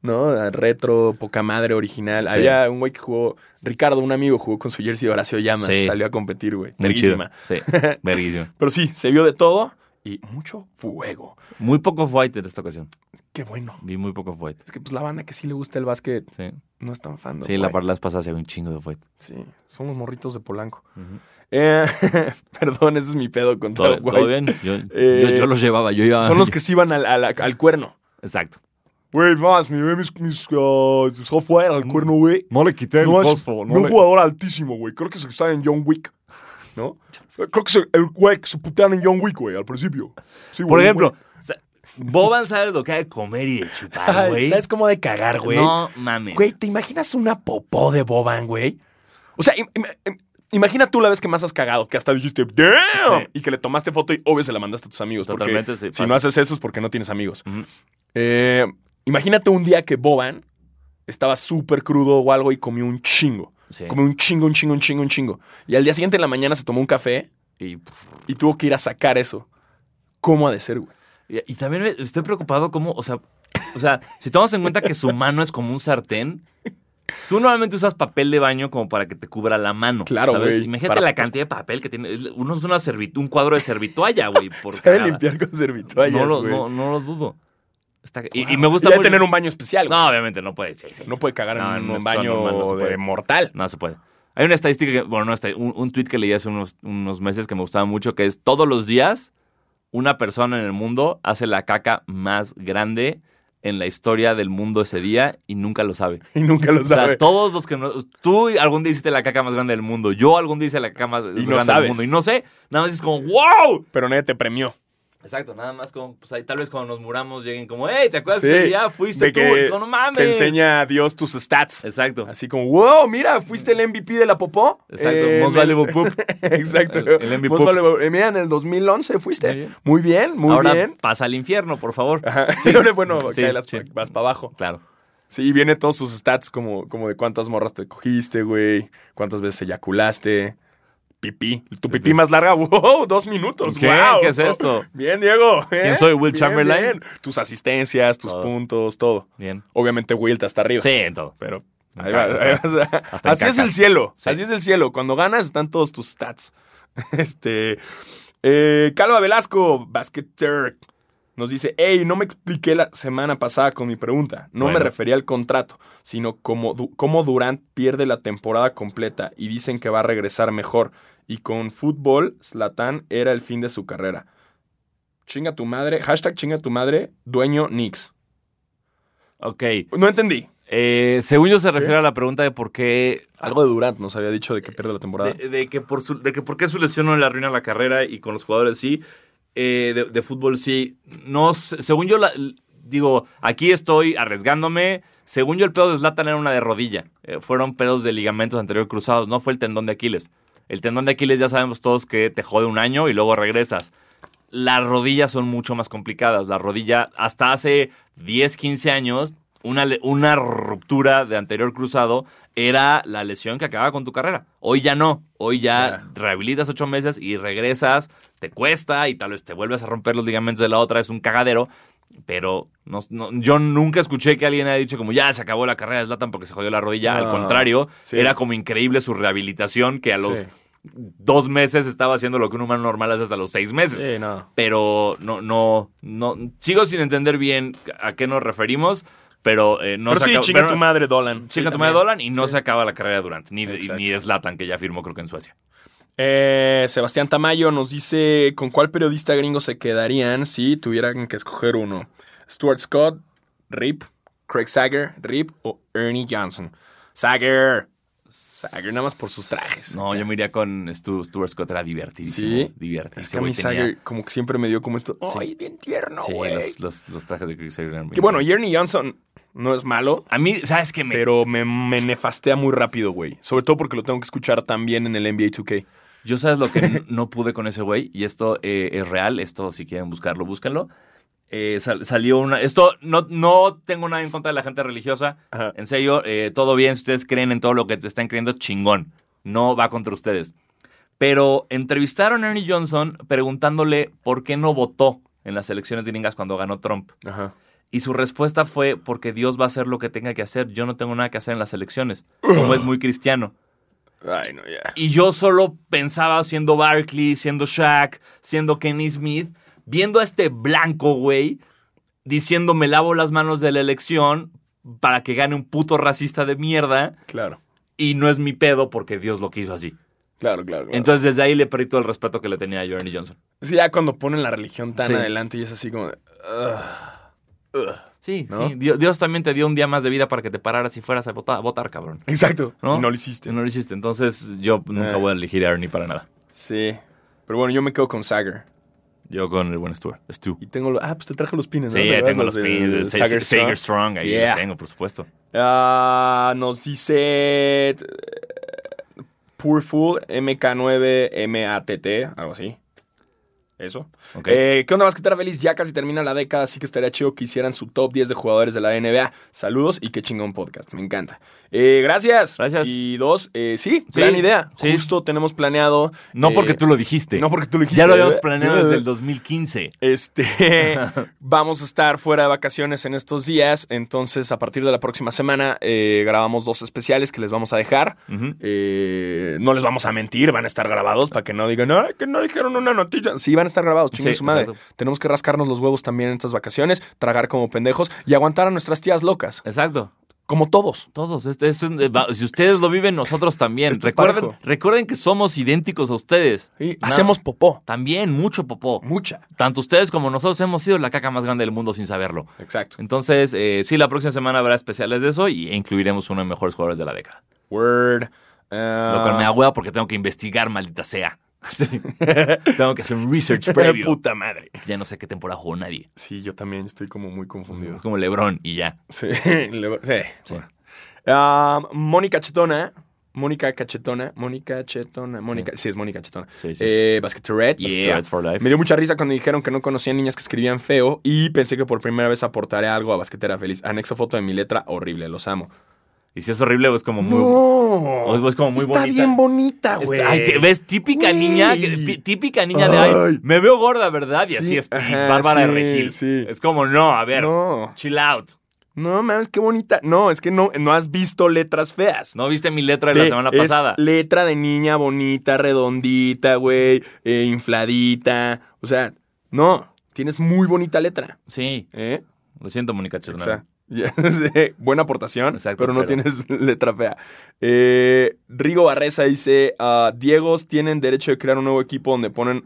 Speaker 1: ¿no? Ah, Retro, poca madre, original.
Speaker 2: Sí.
Speaker 1: Había un güey que jugó, Ricardo, un amigo, jugó con su jersey de Horacio Llamas.
Speaker 2: Sí.
Speaker 1: Salió a competir, güey.
Speaker 2: Muy chido.
Speaker 1: Verguísima.
Speaker 2: Sí, verguísima.
Speaker 1: Pero sí, se vio de todo y mucho fuego.
Speaker 2: Muy poco White en esta ocasión.
Speaker 1: Qué bueno.
Speaker 2: Vi muy poco White.
Speaker 1: Es que, pues, la banda que sí le gusta el básquet
Speaker 2: Sí,
Speaker 1: no es tan fan de
Speaker 2: sí la
Speaker 1: White.
Speaker 2: par las pasas había un chingo de White.
Speaker 1: Sí, son los morritos de Polanco. Eh, <laughs> perdón, ese es mi pedo con
Speaker 2: ¿Todo,
Speaker 1: Top White.
Speaker 2: todo bien? Yo,
Speaker 1: Eh,
Speaker 2: yo- yo los llevaba, yo llevaba. <laughs>
Speaker 1: Son los que sí iban al, al- al cuerno.
Speaker 2: Exacto.
Speaker 1: Güey, más, me ve mis, mis ah, software
Speaker 2: Mm.
Speaker 1: al cuerno, güey.
Speaker 2: No le quité
Speaker 1: No es un jugador altísimo, güey. Creo que se está en John Wick, ¿no? Creo que se- el güey que se putean en John Wick, güey, al principio. Sí,
Speaker 2: Por
Speaker 1: güey,
Speaker 2: ejemplo,
Speaker 1: güey.
Speaker 2: sa- Boban sabe lo que hay de comer y de chupar, güey.
Speaker 1: ¿sabes cómo de cagar, güey?
Speaker 2: No mames.
Speaker 1: Güey, ¿te imaginas una popó de Boban, güey? O sea, im- im- im- imagina tú la vez que más has cagado, que hasta dijiste, ¡damn!
Speaker 2: Sí.
Speaker 1: Y que le tomaste foto y obvio se la mandaste a tus amigos. porque
Speaker 2: Totalmente, sí,
Speaker 1: Si
Speaker 2: pasa.
Speaker 1: no haces eso es porque no tienes amigos.
Speaker 2: Ujú.
Speaker 1: Eh, imagínate un día que Boban estaba súper crudo o algo y comió un chingo.
Speaker 2: Sí.
Speaker 1: Comió un chingo, un chingo, un chingo, un chingo. Y al día siguiente en la mañana se tomó un café
Speaker 2: Y, pff,
Speaker 1: y tuvo que ir a sacar eso. ¿Cómo ha de ser, güey?
Speaker 2: y- y también me- estoy preocupado cómo, o sea, o sea, si tomamos en cuenta que su mano es como un sartén, tú normalmente usas papel de baño como para que te cubra la mano.
Speaker 1: Claro,
Speaker 2: ¿sabes?
Speaker 1: güey.
Speaker 2: Imagínate
Speaker 1: Para-
Speaker 2: la cantidad de papel que tiene. es- Uno es una servitu- un cuadro de servitualla, güey. por
Speaker 1: Sabe
Speaker 2: cagada.
Speaker 1: limpiar con servitoallas,
Speaker 2: no, lo,
Speaker 1: güey.
Speaker 2: no, no lo dudo. Está- y, y me gusta
Speaker 1: Y ha de
Speaker 2: mucho-
Speaker 1: tener un baño especial, güey.
Speaker 2: No, obviamente no puede. sí, sí.
Speaker 1: No puede cagar
Speaker 2: No,
Speaker 1: en
Speaker 2: en
Speaker 1: un
Speaker 2: un
Speaker 1: baño
Speaker 2: normal no se puede.
Speaker 1: de mortal.
Speaker 2: No se puede. Hay una estadística, que, bueno, no está, un, un tweet que leí hace unos, unos meses que me gustaba mucho, que es todos los días una persona en el mundo hace la caca más grande en la historia del mundo ese día y nunca
Speaker 1: <laughs>
Speaker 2: lo sabe.
Speaker 1: <laughs> Y nunca lo
Speaker 2: O sea,
Speaker 1: sabe.
Speaker 2: todos los que no, tú algún día hiciste la caca más grande del mundo, yo algún día hice la caca más
Speaker 1: no
Speaker 2: grande
Speaker 1: sabes.
Speaker 2: del mundo y no sé, nada más es como, wow,
Speaker 1: pero nadie te premió.
Speaker 2: Exacto, nada más como, pues ahí tal vez cuando nos muramos lleguen como, hey, ¿te acuerdas?
Speaker 1: Sí,
Speaker 2: ese día? fuiste
Speaker 1: de
Speaker 2: tú,
Speaker 1: que
Speaker 2: Y como, no mames.
Speaker 1: Te enseña Dios tus stats.
Speaker 2: Exacto.
Speaker 1: Así como, wow, mira, fuiste el MVP de la popó.
Speaker 2: Exacto,
Speaker 1: Eh,
Speaker 2: Most
Speaker 1: me-
Speaker 2: Valuable Poop.
Speaker 1: <laughs> Exacto.
Speaker 2: El- el MVP.
Speaker 1: Most Valuable- eh, mira, en el 2011 fuiste. Muy bien, muy
Speaker 2: Ahora
Speaker 1: bien.
Speaker 2: pasa al infierno, por favor.
Speaker 1: Ajá. <laughs> Ahora, bueno,
Speaker 2: sí,
Speaker 1: cae las-
Speaker 2: sí.
Speaker 1: vas para abajo.
Speaker 2: Claro.
Speaker 1: Sí, y viene todos sus stats como, como de cuántas morras te cogiste, güey. Cuántas veces eyaculaste. Pipí. Tu pipí más larga, <laughs> wow, dos minutos.
Speaker 2: ¿Qué?
Speaker 1: wow.
Speaker 2: ¿Qué es esto?
Speaker 1: Bien, Diego. ¿eh?
Speaker 2: ¿Quién soy, Will
Speaker 1: Bien,
Speaker 2: Chamberlain?
Speaker 1: bien. Tus asistencias, tus
Speaker 2: Todo.
Speaker 1: puntos, todo.
Speaker 2: Bien.
Speaker 1: Obviamente Wilt hasta arriba.
Speaker 2: Sí, en todo.
Speaker 1: Pero
Speaker 2: En
Speaker 1: ahí
Speaker 2: caca,
Speaker 1: va,
Speaker 2: hasta-
Speaker 1: ahí vas.
Speaker 2: en
Speaker 1: así es
Speaker 2: caca.
Speaker 1: el cielo.
Speaker 2: Sí.
Speaker 1: Así es el cielo. Cuando ganas están todos tus stats. <laughs> Este. eh, Calva Velasco, Basket Turk, nos dice: Hey, no me expliqué la semana pasada con mi pregunta. No me
Speaker 2: Bueno.
Speaker 1: refería al contrato, sino cómo, Du- cómo Durant pierde la temporada completa y dicen que va a regresar mejor. Y con fútbol, Zlatan era el fin de su carrera. Chinga tu madre, hashtag chinga tu madre, dueño Knicks.
Speaker 2: Ok.
Speaker 1: No entendí.
Speaker 2: Eh, según yo se refiere a la pregunta de por qué.
Speaker 1: Algo de Durant nos había dicho de que pierde la temporada.
Speaker 2: De, de que por su, de que por qué su lesión no le arruina la carrera y con los jugadores sí. Eh, de, de fútbol sí. No, sé, según yo, la- digo, aquí estoy arriesgándome. Según yo, el pedo de Zlatan era una de rodilla. Eh, fueron pedos de ligamentos anterior cruzados, no fue el tendón de Aquiles. El tendón de Aquiles ya sabemos todos que te jode un año y luego regresas. Las rodillas son mucho más complicadas. La rodilla, hasta hace 10, 15 años, una, le- una ruptura de anterior cruzado era la lesión que acababa con tu carrera. Hoy ya no. Hoy ya
Speaker 1: Ya.
Speaker 2: rehabilitas ocho meses y regresas, te cuesta y tal vez te vuelves a romper los ligamentos de la otra. Es un cagadero. Pero no- no- yo nunca escuché que alguien haya dicho como ya se acabó la carrera de Zlatan porque se jodió la rodilla. Al
Speaker 1: No.
Speaker 2: contrario,
Speaker 1: Sí.
Speaker 2: era como increíble su rehabilitación que a los
Speaker 1: Sí.
Speaker 2: dos meses estaba haciendo lo que un humano normal hace hasta los seis meses.
Speaker 1: Sí, no.
Speaker 2: Pero no, no, no, sigo sin entender bien a qué nos referimos, pero eh, no
Speaker 1: pero
Speaker 2: se
Speaker 1: sí,
Speaker 2: acaba-
Speaker 1: chinga
Speaker 2: pero-
Speaker 1: tu madre, Dolan.
Speaker 2: Chinga
Speaker 1: Sí,
Speaker 2: tu
Speaker 1: también.
Speaker 2: madre, Dolan, y no se acaba la carrera de Durant, ni, de-
Speaker 1: Exacto.
Speaker 2: ni de Zlatan, que ya firmó creo que en Suecia.
Speaker 1: Eh, Sebastián Tamayo nos dice: ¿Con cuál periodista gringo se quedarían si tuvieran que escoger uno? ¿Stuart Scott, Rip, Craig Sager, Rip o Ernie Johnson? Sager. Sager, nada más por sus trajes.
Speaker 2: No, yo me iría con Stu, Stuart Scott, era divertidísimo.
Speaker 1: Sí.
Speaker 2: divertidísimo,
Speaker 1: Es que a mí
Speaker 2: güey, tenía-
Speaker 1: Sager, como que siempre me dio como esto.
Speaker 2: Sí.
Speaker 1: ¡Ay, bien tierno,
Speaker 2: sí,
Speaker 1: güey!
Speaker 2: los, los- los trajes de Chris Sager eran
Speaker 1: Que
Speaker 2: bien
Speaker 1: bueno,
Speaker 2: buenos.
Speaker 1: y Ernie Johnson no es malo,
Speaker 2: A mí, ¿sabes qué? Me,
Speaker 1: pero me, me nefastea muy rápido, güey. Sobre todo porque lo tengo que escuchar también en el NBA 2K.
Speaker 2: Yo sabes lo que n- no pude con ese güey, y esto eh, es real, esto si quieren buscarlo, búsquenlo. Eh, sal- salió una... Esto no, no tengo nada en contra de la gente religiosa,
Speaker 1: Ajá.
Speaker 2: en serio, eh, todo bien, si ustedes creen en todo lo que te están creyendo, chingón, no va contra ustedes. Pero entrevistaron a Ernie Johnson preguntándole por qué no votó en las elecciones gringas cuando ganó Trump.
Speaker 1: Ajá.
Speaker 2: Y su respuesta fue porque Dios va a hacer lo que tenga que hacer, yo no tengo nada que hacer en las elecciones, como es muy cristiano.
Speaker 1: Ay, no, ya.
Speaker 2: Y yo solo pensaba siendo Barkley, siendo Shaq, siendo Kenny Smith, viendo a este blanco, güey, diciendo me lavo las manos de la elección para que gane un puto racista de mierda
Speaker 1: Claro,
Speaker 2: y no es mi pedo porque Dios lo quiso así.
Speaker 1: claro, claro. claro.
Speaker 2: Entonces desde ahí le perdí todo el respeto que le tenía a Jordan Johnson.
Speaker 1: Sí, ya cuando ponen la religión tan
Speaker 2: Sí.
Speaker 1: adelante y es así como. de, "Ugh, ugh".
Speaker 2: Sí,
Speaker 1: ¿No?
Speaker 2: sí. Dios, Dios también te dio un día más de vida para que te pararas y fueras a votar, a votar cabrón.
Speaker 1: Exacto.
Speaker 2: ¿No?
Speaker 1: Y no lo hiciste.
Speaker 2: No lo hiciste. Entonces yo nunca
Speaker 1: Eh.
Speaker 2: voy a elegir a Ernie para nada.
Speaker 1: Sí. Pero bueno, yo me quedo con Sager.
Speaker 2: Yo con el buen Stuart. Stu.
Speaker 1: Y tengo. lo- Ah, pues te traje los pines. ¿no?
Speaker 2: Sí,
Speaker 1: ¿Te acuerdas
Speaker 2: tengo los
Speaker 1: de-
Speaker 2: pins.
Speaker 1: de
Speaker 2: de
Speaker 1: Sager
Speaker 2: Sager,
Speaker 1: Strong?
Speaker 2: Sager Strong. Ahí
Speaker 1: Yeah.
Speaker 2: los tengo, por supuesto.
Speaker 1: Ah, nos dice. eh, Poor Fool MK9MATT, algo así. Eso.
Speaker 2: Ok.
Speaker 1: Eh, ¿Qué onda, basquetera feliz? Ya casi termina la década, así que estaría chido que hicieran su top 10 de jugadores de la NBA. Saludos y qué chingón podcast, me encanta. Eh, gracias.
Speaker 2: Gracias.
Speaker 1: Y dos, eh, sí, gran idea.
Speaker 2: sí.
Speaker 1: Justo tenemos planeado.
Speaker 2: no
Speaker 1: eh,
Speaker 2: porque tú lo dijiste.
Speaker 1: <laughs> No porque tú lo dijiste.
Speaker 2: ya lo Eh, habíamos planeado desde el 2015. <laughs>
Speaker 1: Este, vamos a estar fuera de vacaciones en estos días, entonces a partir de la próxima semana eh, grabamos dos especiales que les vamos a dejar.
Speaker 2: Ujú.
Speaker 1: Eh, no les vamos a mentir, van a estar grabados para que no digan "Ay, que no dijeron una noticia. Sí, van a estar grabados, chingue
Speaker 2: Sí,
Speaker 1: su madre.
Speaker 2: exacto.
Speaker 1: Tenemos que rascarnos los huevos también en estas vacaciones, tragar como pendejos y aguantar a nuestras tías locas,
Speaker 2: Exacto.
Speaker 1: como todos.
Speaker 2: Todos. Este- este es- eh, va- si ustedes lo viven, nosotros también.
Speaker 1: Esto es
Speaker 2: recuerden,
Speaker 1: parejo.
Speaker 2: recuerden que somos idénticos a ustedes.
Speaker 1: Y
Speaker 2: No.
Speaker 1: Hacemos popó,
Speaker 2: También mucho popó.
Speaker 1: mucha.
Speaker 2: Tanto ustedes como nosotros hemos sido la caca más grande del mundo sin saberlo.
Speaker 1: Exacto.
Speaker 2: Entonces, eh, sí, la próxima semana habrá especiales de eso y e incluiremos uno de los mejores jugadores de la década.
Speaker 1: Word.
Speaker 2: Lo cual me
Speaker 1: Ah, <laughs>
Speaker 2: da hueva porque tengo que investigar, maldita sea. <laughs> Sí. Tengo que hacer un research <laughs> previo.
Speaker 1: Puta madre.
Speaker 2: Ya no sé qué temporada jugó nadie.
Speaker 1: Sí, yo también estoy como muy confundido.
Speaker 2: Es como LeBron y ya.
Speaker 1: Sí, <laughs> le- sí.
Speaker 2: Sí.
Speaker 1: Ah, Mónica Chetona. Mónica Cachetona, Mónica Chetona, Mónica, sí, es Mónica Chetona.
Speaker 2: Sí, sí.
Speaker 1: Eh, Basketerette,
Speaker 2: Yeah.
Speaker 1: Basketerette.
Speaker 2: for life.
Speaker 1: Me dio mucha risa cuando dijeron que no conocía niñas que escribían feo y pensé que por primera vez aportaré algo a Basquetera Feliz. Anexo foto de mi letra, horrible, los amo.
Speaker 2: Y si es horrible, es como muy.
Speaker 3: No.
Speaker 2: o Oh, Es como muy
Speaker 3: Está
Speaker 2: bonita.
Speaker 3: bien bonita,
Speaker 2: Está-
Speaker 3: güey.
Speaker 2: ay, que ves, típica
Speaker 3: Güey.
Speaker 2: niña, que- pi- típica niña de ay,
Speaker 3: Ay.
Speaker 2: me veo gorda, ¿verdad? Y
Speaker 3: Sí,
Speaker 2: así es y
Speaker 1: ajá,
Speaker 2: Bárbara de
Speaker 1: sí,
Speaker 2: Regil.
Speaker 1: sí.
Speaker 2: Es como, no, a ver,
Speaker 1: No,
Speaker 2: chill out.
Speaker 1: no mames, qué bonita. No, es que no, no has visto letras feas.
Speaker 2: ¿No viste mi letra de la
Speaker 1: Le-
Speaker 2: semana
Speaker 1: es
Speaker 2: pasada?
Speaker 1: Letra de niña bonita, redondita, güey, eh, infladita. O sea, no, tienes muy bonita letra.
Speaker 2: Sí,
Speaker 1: ¿eh?
Speaker 2: lo siento, Mónica Chernal.
Speaker 1: Exacto. <laughs> Ya sé, Buena aportación,
Speaker 2: Exacto,
Speaker 1: pero no
Speaker 2: pero-
Speaker 1: tienes <laughs> letra fea. Eh, Rigo Barresa dice: ah, Diegos tienen derecho de crear un nuevo equipo donde ponen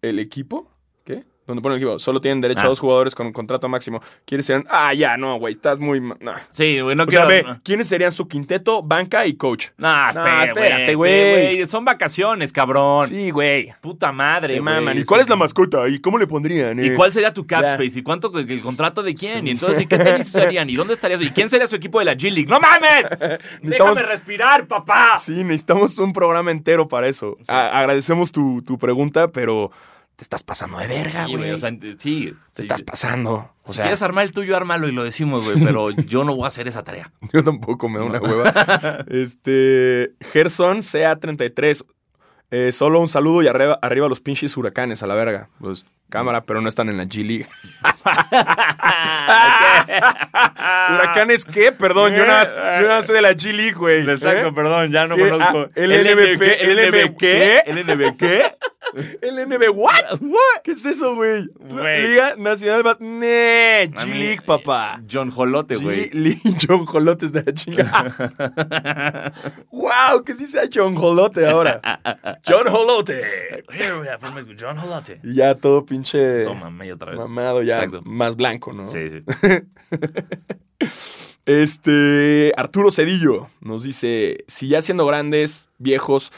Speaker 1: el equipo. ¿Qué? Donde ponen el equipo. Solo tienen derecho
Speaker 2: Ah.
Speaker 1: a dos jugadores con un contrato máximo. ¿Quiénes serían? Ah, ya, no, güey. Estás muy. ma- nah.
Speaker 2: Sí, güey, no
Speaker 1: O sea,
Speaker 2: quiero...
Speaker 1: ve, ¿quiénes serían su quinteto, banca y coach?
Speaker 2: no, espera,
Speaker 1: No, espérate,
Speaker 2: güey.
Speaker 1: güey.
Speaker 2: güey, Son vacaciones, cabrón.
Speaker 1: Sí, güey.
Speaker 2: Puta madre,
Speaker 1: Se
Speaker 2: güey.
Speaker 1: maman. ¿Y
Speaker 2: Sí,
Speaker 1: cuál es
Speaker 2: sí.
Speaker 1: la mascota? ¿Y cómo le pondrían? eh?
Speaker 2: ¿Y cuál sería tu cap
Speaker 1: Ya.
Speaker 2: space? ¿Y cuánto el contrato de quién? ¿Y entonces ¿y qué tenis serían? ¿Y dónde estarías? ¿Y quién sería su equipo de la G-League? ¡No mames!
Speaker 1: <laughs> Necesitamos-
Speaker 2: ¡Déjame respirar, papá!
Speaker 1: Sí, necesitamos un programa entero para eso. A- agradecemos tu, tu pregunta, pero te estás pasando de verga,
Speaker 2: Sí,
Speaker 1: Ah, güey.
Speaker 2: güey, o sea, ent- sí.
Speaker 1: te
Speaker 2: sí.
Speaker 1: estás pasando. O
Speaker 2: si
Speaker 1: sea,
Speaker 2: quieres armar el tuyo, ármalo y lo decimos, güey, pero yo no voy a hacer esa tarea.
Speaker 1: <laughs> yo tampoco me da una
Speaker 2: <laughs>
Speaker 1: hueva. Este, Gerson CA33. eh, solo un saludo y arriba, arriba los pinches huracanes a la verga. Pues cámara, pero no están en la G
Speaker 2: <laughs>
Speaker 1: League. <laughs> ¿Huracanes qué? Perdón, yo nada, más- yo nada más sé de la G League, güey.
Speaker 2: Exacto,
Speaker 1: ¿Eh?
Speaker 2: perdón, ya no
Speaker 1: ¿Qué?
Speaker 2: conozco.
Speaker 1: Ah, LNBP, ¿qué?
Speaker 2: ¿El NBQ? <laughs> ¿Qué?
Speaker 1: LNB, ¿what? ¿What? ¿Qué es eso, güey?
Speaker 2: Güey.
Speaker 1: Liga Nacional de Bas- Nee, G-League, papá.
Speaker 2: eh, John Jolote, Este güey.
Speaker 1: G-League, <laughs> John Jolote es de la chingada.
Speaker 2: <laughs>
Speaker 1: wow, que sí sea John Jolote ahora. John Jolote.
Speaker 2: Here we have him, John Jolote.
Speaker 1: Y ya todo pinche
Speaker 2: Tómame otra vez.
Speaker 1: mamado, ya
Speaker 2: Exacto.
Speaker 1: más blanco, ¿no?
Speaker 2: Sí,
Speaker 1: <laughs>
Speaker 2: sí.
Speaker 1: Este, Arturo Cedillo nos dice, si ya siendo grandes, viejos,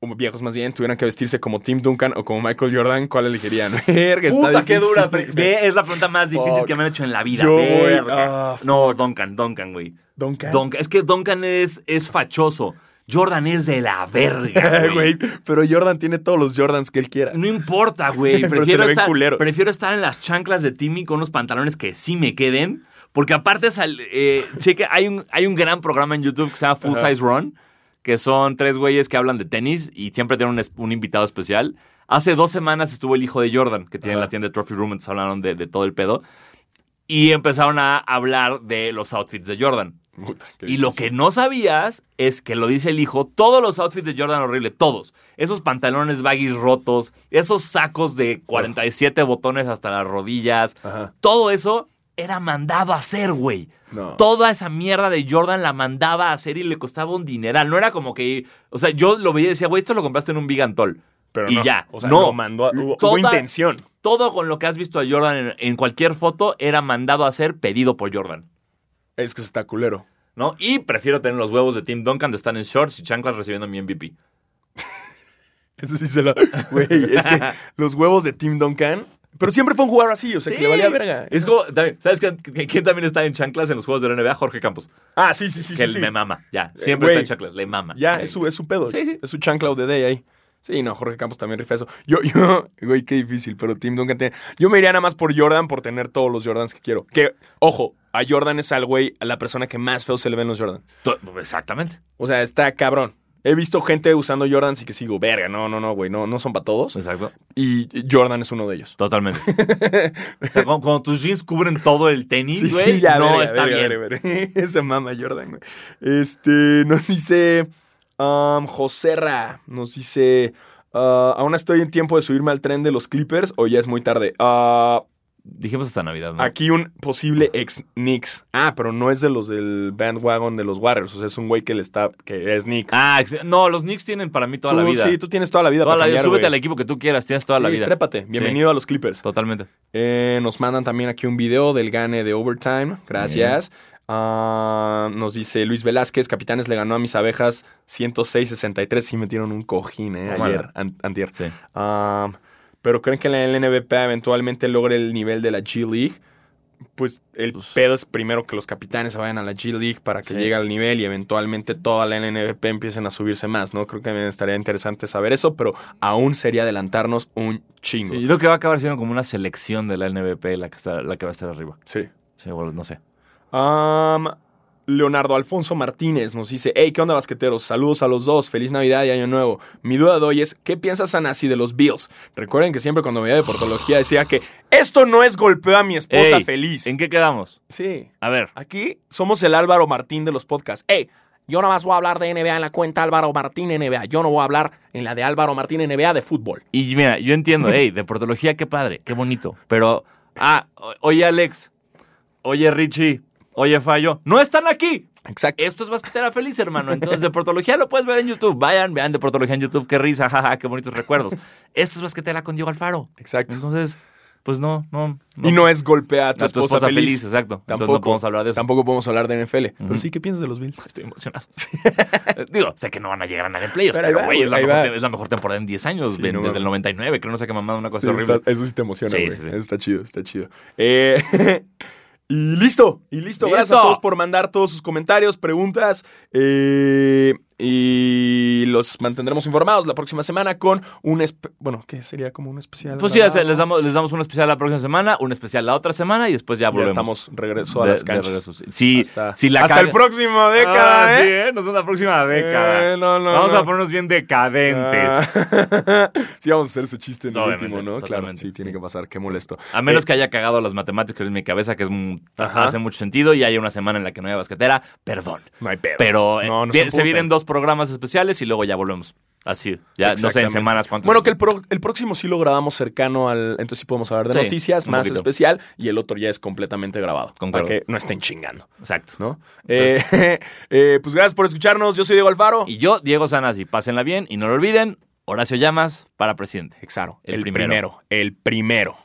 Speaker 1: o viejos más bien, tuvieran que vestirse como Tim Duncan o como Michael Jordan, ¿cuál
Speaker 2: <laughs>
Speaker 1: elegirían? Verga, está
Speaker 2: Puta, qué
Speaker 1: difícil.
Speaker 2: dura. pre- Ve, es la pregunta más difícil
Speaker 1: Fuck.
Speaker 2: que me han hecho en la vida.
Speaker 1: Yo voy-
Speaker 2: Verga.
Speaker 1: ah,
Speaker 2: no, Duncan, Duncan, güey.
Speaker 1: Duncan. <laughs>
Speaker 2: Duncan- es que Duncan es, es fachoso. Jordan es de la verga, güey.
Speaker 1: <laughs> Güey, pero Jordan tiene todos los Jordans que él quiera.
Speaker 2: No importa,
Speaker 1: <laughs>
Speaker 2: güey.
Speaker 1: Pero se
Speaker 2: Prefiero,
Speaker 1: le ven
Speaker 2: estar-
Speaker 1: culeros.
Speaker 2: prefiero estar en las chanclas de Timmy con unos pantalones que sí me queden. Porque aparte, sal- eh, cheque, hay un, hay un gran programa en YouTube que se llama Full Size Run, que son tres güeyes que hablan de tenis y siempre tienen un, es- un invitado especial. Hace dos semanas estuvo el hijo de Jordan, que tiene
Speaker 1: Ajá.
Speaker 2: la tienda de Trophy Room, entonces hablaron de, de todo el pedo. Y empezaron a hablar de los outfits de Jordan.
Speaker 1: Puta, qué
Speaker 2: Y lo
Speaker 1: difícil.
Speaker 2: que no sabías es que lo dice el hijo, todos los outfits de Jordan horrible, todos. Esos pantalones baggy rotos, esos sacos de 47 botones hasta las rodillas,
Speaker 1: Ajá.
Speaker 2: todo eso era mandado a hacer, güey.
Speaker 1: No.
Speaker 2: Toda esa mierda de Jordan la mandaba a hacer y le costaba un dineral. No era como que, o sea, yo lo veía y decía, güey, esto lo compraste en un Bigantol.
Speaker 1: Pero
Speaker 2: y
Speaker 1: no,
Speaker 2: ya.
Speaker 1: O sea,
Speaker 2: no.
Speaker 1: lo mandó a- hubo,
Speaker 2: Toda-
Speaker 1: hubo intención.
Speaker 2: Todo con lo que has visto a Jordan en, en cualquier foto era mandado a hacer pedido por Jordan.
Speaker 1: Es que eso está culero.
Speaker 2: ¿no? Y prefiero tener los huevos de Tim Duncan de estar en shorts y chanclas recibiendo mi MVP.
Speaker 1: Eso sí se lo. <laughs> Güey, es que los huevos de Tim Duncan. Pero siempre fue un jugador así, o sea, que le valía verga.
Speaker 2: Es como, también, ¿sabes qué- qué- quién también está en chanclas en los juegos de la NBA? Jorge Campos.
Speaker 1: Ah, sí, sí, sí.
Speaker 2: que
Speaker 1: sí,
Speaker 2: él
Speaker 1: sí.
Speaker 2: me mama, ya. Siempre
Speaker 1: güey.
Speaker 2: está en chanclas, le mama.
Speaker 1: Ya,
Speaker 2: Sí.
Speaker 1: es su, es su pedo.
Speaker 2: Sí, sí.
Speaker 1: Es su chancla de day ahí. Sí, no, Jorge Campos también rifa eso. Yo, <laughs> yo, güey, qué difícil, pero Tim Duncan tiene. Yo me iría nada más por Jordan por tener todos los Jordans que quiero. Que, ojo, a Jordan es al güey, a la persona que más feo se le ven los Jordan.
Speaker 2: To- Exactamente.
Speaker 1: O sea, está cabrón. He visto gente usando Jordans y que sigo, verga, no, no, no, güey, no, no son para todos.
Speaker 2: Exacto.
Speaker 1: Y Jordan es uno de ellos.
Speaker 2: Totalmente. o sea, cuando, cuando tus jeans cubren todo el tenis,
Speaker 1: Sí,
Speaker 2: güey,
Speaker 1: sí, ya,
Speaker 2: no
Speaker 1: verga,
Speaker 2: está
Speaker 1: verga,
Speaker 2: bien.
Speaker 1: verga, verga. <laughs> Esa mama Jordan, güey. Este, nos dice um, Joserra, nos dice, ah, aún estoy en tiempo de subirme al tren de los Clippers o ya es muy tarde. Ah,
Speaker 2: Dijimos hasta Navidad, ¿no?
Speaker 1: aquí un posible ex Knicks. Ah, pero no es de los del bandwagon de los Warriors, o sea, es un güey que le está, que es Nick.
Speaker 2: Ah, ex- no, los Knicks tienen para mí toda la
Speaker 1: Tú-
Speaker 2: vida.
Speaker 1: Sí, tú tienes toda la vida
Speaker 2: toda
Speaker 1: para
Speaker 2: la vida.
Speaker 1: cambiar,
Speaker 2: Súbete
Speaker 1: güey.
Speaker 2: al equipo que tú quieras, tienes toda la
Speaker 1: Sí,
Speaker 2: vida.
Speaker 1: Trépate. Bienvenido a los Clippers.
Speaker 2: Totalmente.
Speaker 1: Eh, nos mandan también aquí un video del gane de Overtime. Gracias. Ah, nos dice Luis Velázquez, Capitanes le ganó a mis abejas 106-63. Sí metieron un cojín, ¿eh?
Speaker 2: Tómala.
Speaker 1: Ayer, an- antier.
Speaker 2: Sí.
Speaker 1: Ah, pero creen que la LNBPA eventualmente logre el nivel de la G League. Pues el pedo es primero que los capitanes se vayan a la G League para que
Speaker 2: Sí.
Speaker 1: llegue al nivel y eventualmente toda la NBP empiecen a subirse más, ¿no? Creo que estaría interesante saber eso, pero aún sería adelantarnos un chingo.
Speaker 2: Sí, yo creo que va a acabar siendo como una selección de la NBP la que, está, la que va a estar arriba.
Speaker 1: sí.
Speaker 2: Sí, bueno, no sé.
Speaker 1: Am, Leonardo Alfonso Martínez nos dice, hey, ¿qué onda basqueteros? Saludos a los dos, feliz Navidad y Año Nuevo. Mi duda de hoy es, ¿qué piensa Sanasi de los Bills? Recuerden que siempre cuando veía deportología decía que esto no es golpeo a mi esposa
Speaker 2: Ey,
Speaker 1: feliz.
Speaker 2: ¿En qué quedamos?
Speaker 1: Sí.
Speaker 2: A ver.
Speaker 1: Aquí somos el Álvaro Martín de los podcasts. Hey, yo nada más voy a hablar de NBA en la cuenta Álvaro Martín NBA. Yo no voy a hablar en la de Álvaro Martín NBA de fútbol.
Speaker 2: Y mira, yo entiendo, hey, deportología, qué padre, qué bonito. Pero, ah, o- oye Alex, oye Richie, oye Fallo, no están aquí.
Speaker 1: Exacto.
Speaker 2: Esto es basquetera feliz, hermano. Entonces, deportología lo puedes ver en YouTube. Vayan, vean deportología en YouTube, qué risa, jaja, qué bonitos recuerdos. Esto es basquetera con Diego Alfaro.
Speaker 1: Exacto.
Speaker 2: Entonces, pues no, no.
Speaker 1: y no es golpea a tu,
Speaker 2: a
Speaker 1: esposa, feliz.
Speaker 2: exacto. Entonces
Speaker 1: Tampoco,
Speaker 2: no podemos hablar de eso.
Speaker 1: tampoco podemos hablar de NFL.
Speaker 2: Ujú.
Speaker 1: Pero sí, ¿qué piensas de los Bills?
Speaker 2: Estoy emocionado. <laughs> Digo, sé que no van a llegar a nada en playoffs,
Speaker 1: Pero ahí
Speaker 2: pero
Speaker 1: va,
Speaker 2: güey, es, la
Speaker 1: ahí
Speaker 2: mejor-
Speaker 1: va.
Speaker 2: es la mejor temporada en 10 años,
Speaker 1: Sí,
Speaker 2: de-
Speaker 1: no
Speaker 2: desde el
Speaker 1: mames.
Speaker 2: 99, que no sé qué mamada, una cosa
Speaker 1: Sí,
Speaker 2: horrible.
Speaker 1: está- eso sí te emociona,
Speaker 2: Sí,
Speaker 1: güey.
Speaker 2: sí, sí.
Speaker 1: Eso está chido, está chido. Eh, <laughs> y listo, y listo. Gracias
Speaker 2: ¡Listo!
Speaker 1: a todos por mandar todos sus comentarios, preguntas. eh, y los mantendremos informados la próxima semana con un... espe- Bueno, ¿qué sería como un especial?
Speaker 2: Pues sí, ya se- les damos, les damos un especial la próxima semana, un especial la otra semana y después ya
Speaker 1: Ya
Speaker 2: volvemos.
Speaker 1: estamos regreso a
Speaker 2: De-
Speaker 1: las
Speaker 2: de
Speaker 1: canchas.
Speaker 2: regreso. Sí,
Speaker 1: hasta
Speaker 2: si la
Speaker 1: hasta
Speaker 2: caga-
Speaker 1: el próximo década,
Speaker 2: Ah,
Speaker 1: ¿eh?
Speaker 2: sí, Nos vemos la próxima década.
Speaker 1: Eh, no, no,
Speaker 2: vamos
Speaker 1: no.
Speaker 2: a ponernos bien decadentes.
Speaker 1: Ah. <laughs> sí, vamos a hacer ese chiste en el
Speaker 2: Obviamente,
Speaker 1: último, ¿no? Claro,
Speaker 2: totalmente,
Speaker 1: sí, tiene
Speaker 2: sí.
Speaker 1: que pasar. Qué molesto.
Speaker 2: A menos que haya cagado las matemáticas en mi cabeza, que es un-
Speaker 1: Ajá.
Speaker 2: hace mucho sentido, y haya una semana en la que no haya basquetera, perdón.
Speaker 1: No hay pedo.
Speaker 2: Pero eh,
Speaker 1: No, no
Speaker 2: vi-
Speaker 1: se
Speaker 2: se vienen
Speaker 1: emputen.
Speaker 2: dos programas especiales y luego ya volvemos. Así, ya no sé en
Speaker 1: Exactamente.
Speaker 2: semanas cuántos.
Speaker 1: Bueno, que el, pro- el próximo sí lo grabamos cercano al. Entonces sí podemos hablar de
Speaker 2: Sí,
Speaker 1: noticias,
Speaker 2: un
Speaker 1: más
Speaker 2: poquito.
Speaker 1: especial, y el otro ya es completamente grabado.
Speaker 2: Concuerdo.
Speaker 1: Para que no estén chingando,
Speaker 2: Exacto.
Speaker 1: ¿no? Eh, <laughs> eh, pues gracias por escucharnos. Yo soy Diego Alfaro.
Speaker 2: Y yo, Diego Sanasi, pásenla bien y no lo olviden, Horacio Llamas para presidente.
Speaker 1: Exaro.
Speaker 2: El
Speaker 1: El,
Speaker 2: primero.
Speaker 1: primero. El primero.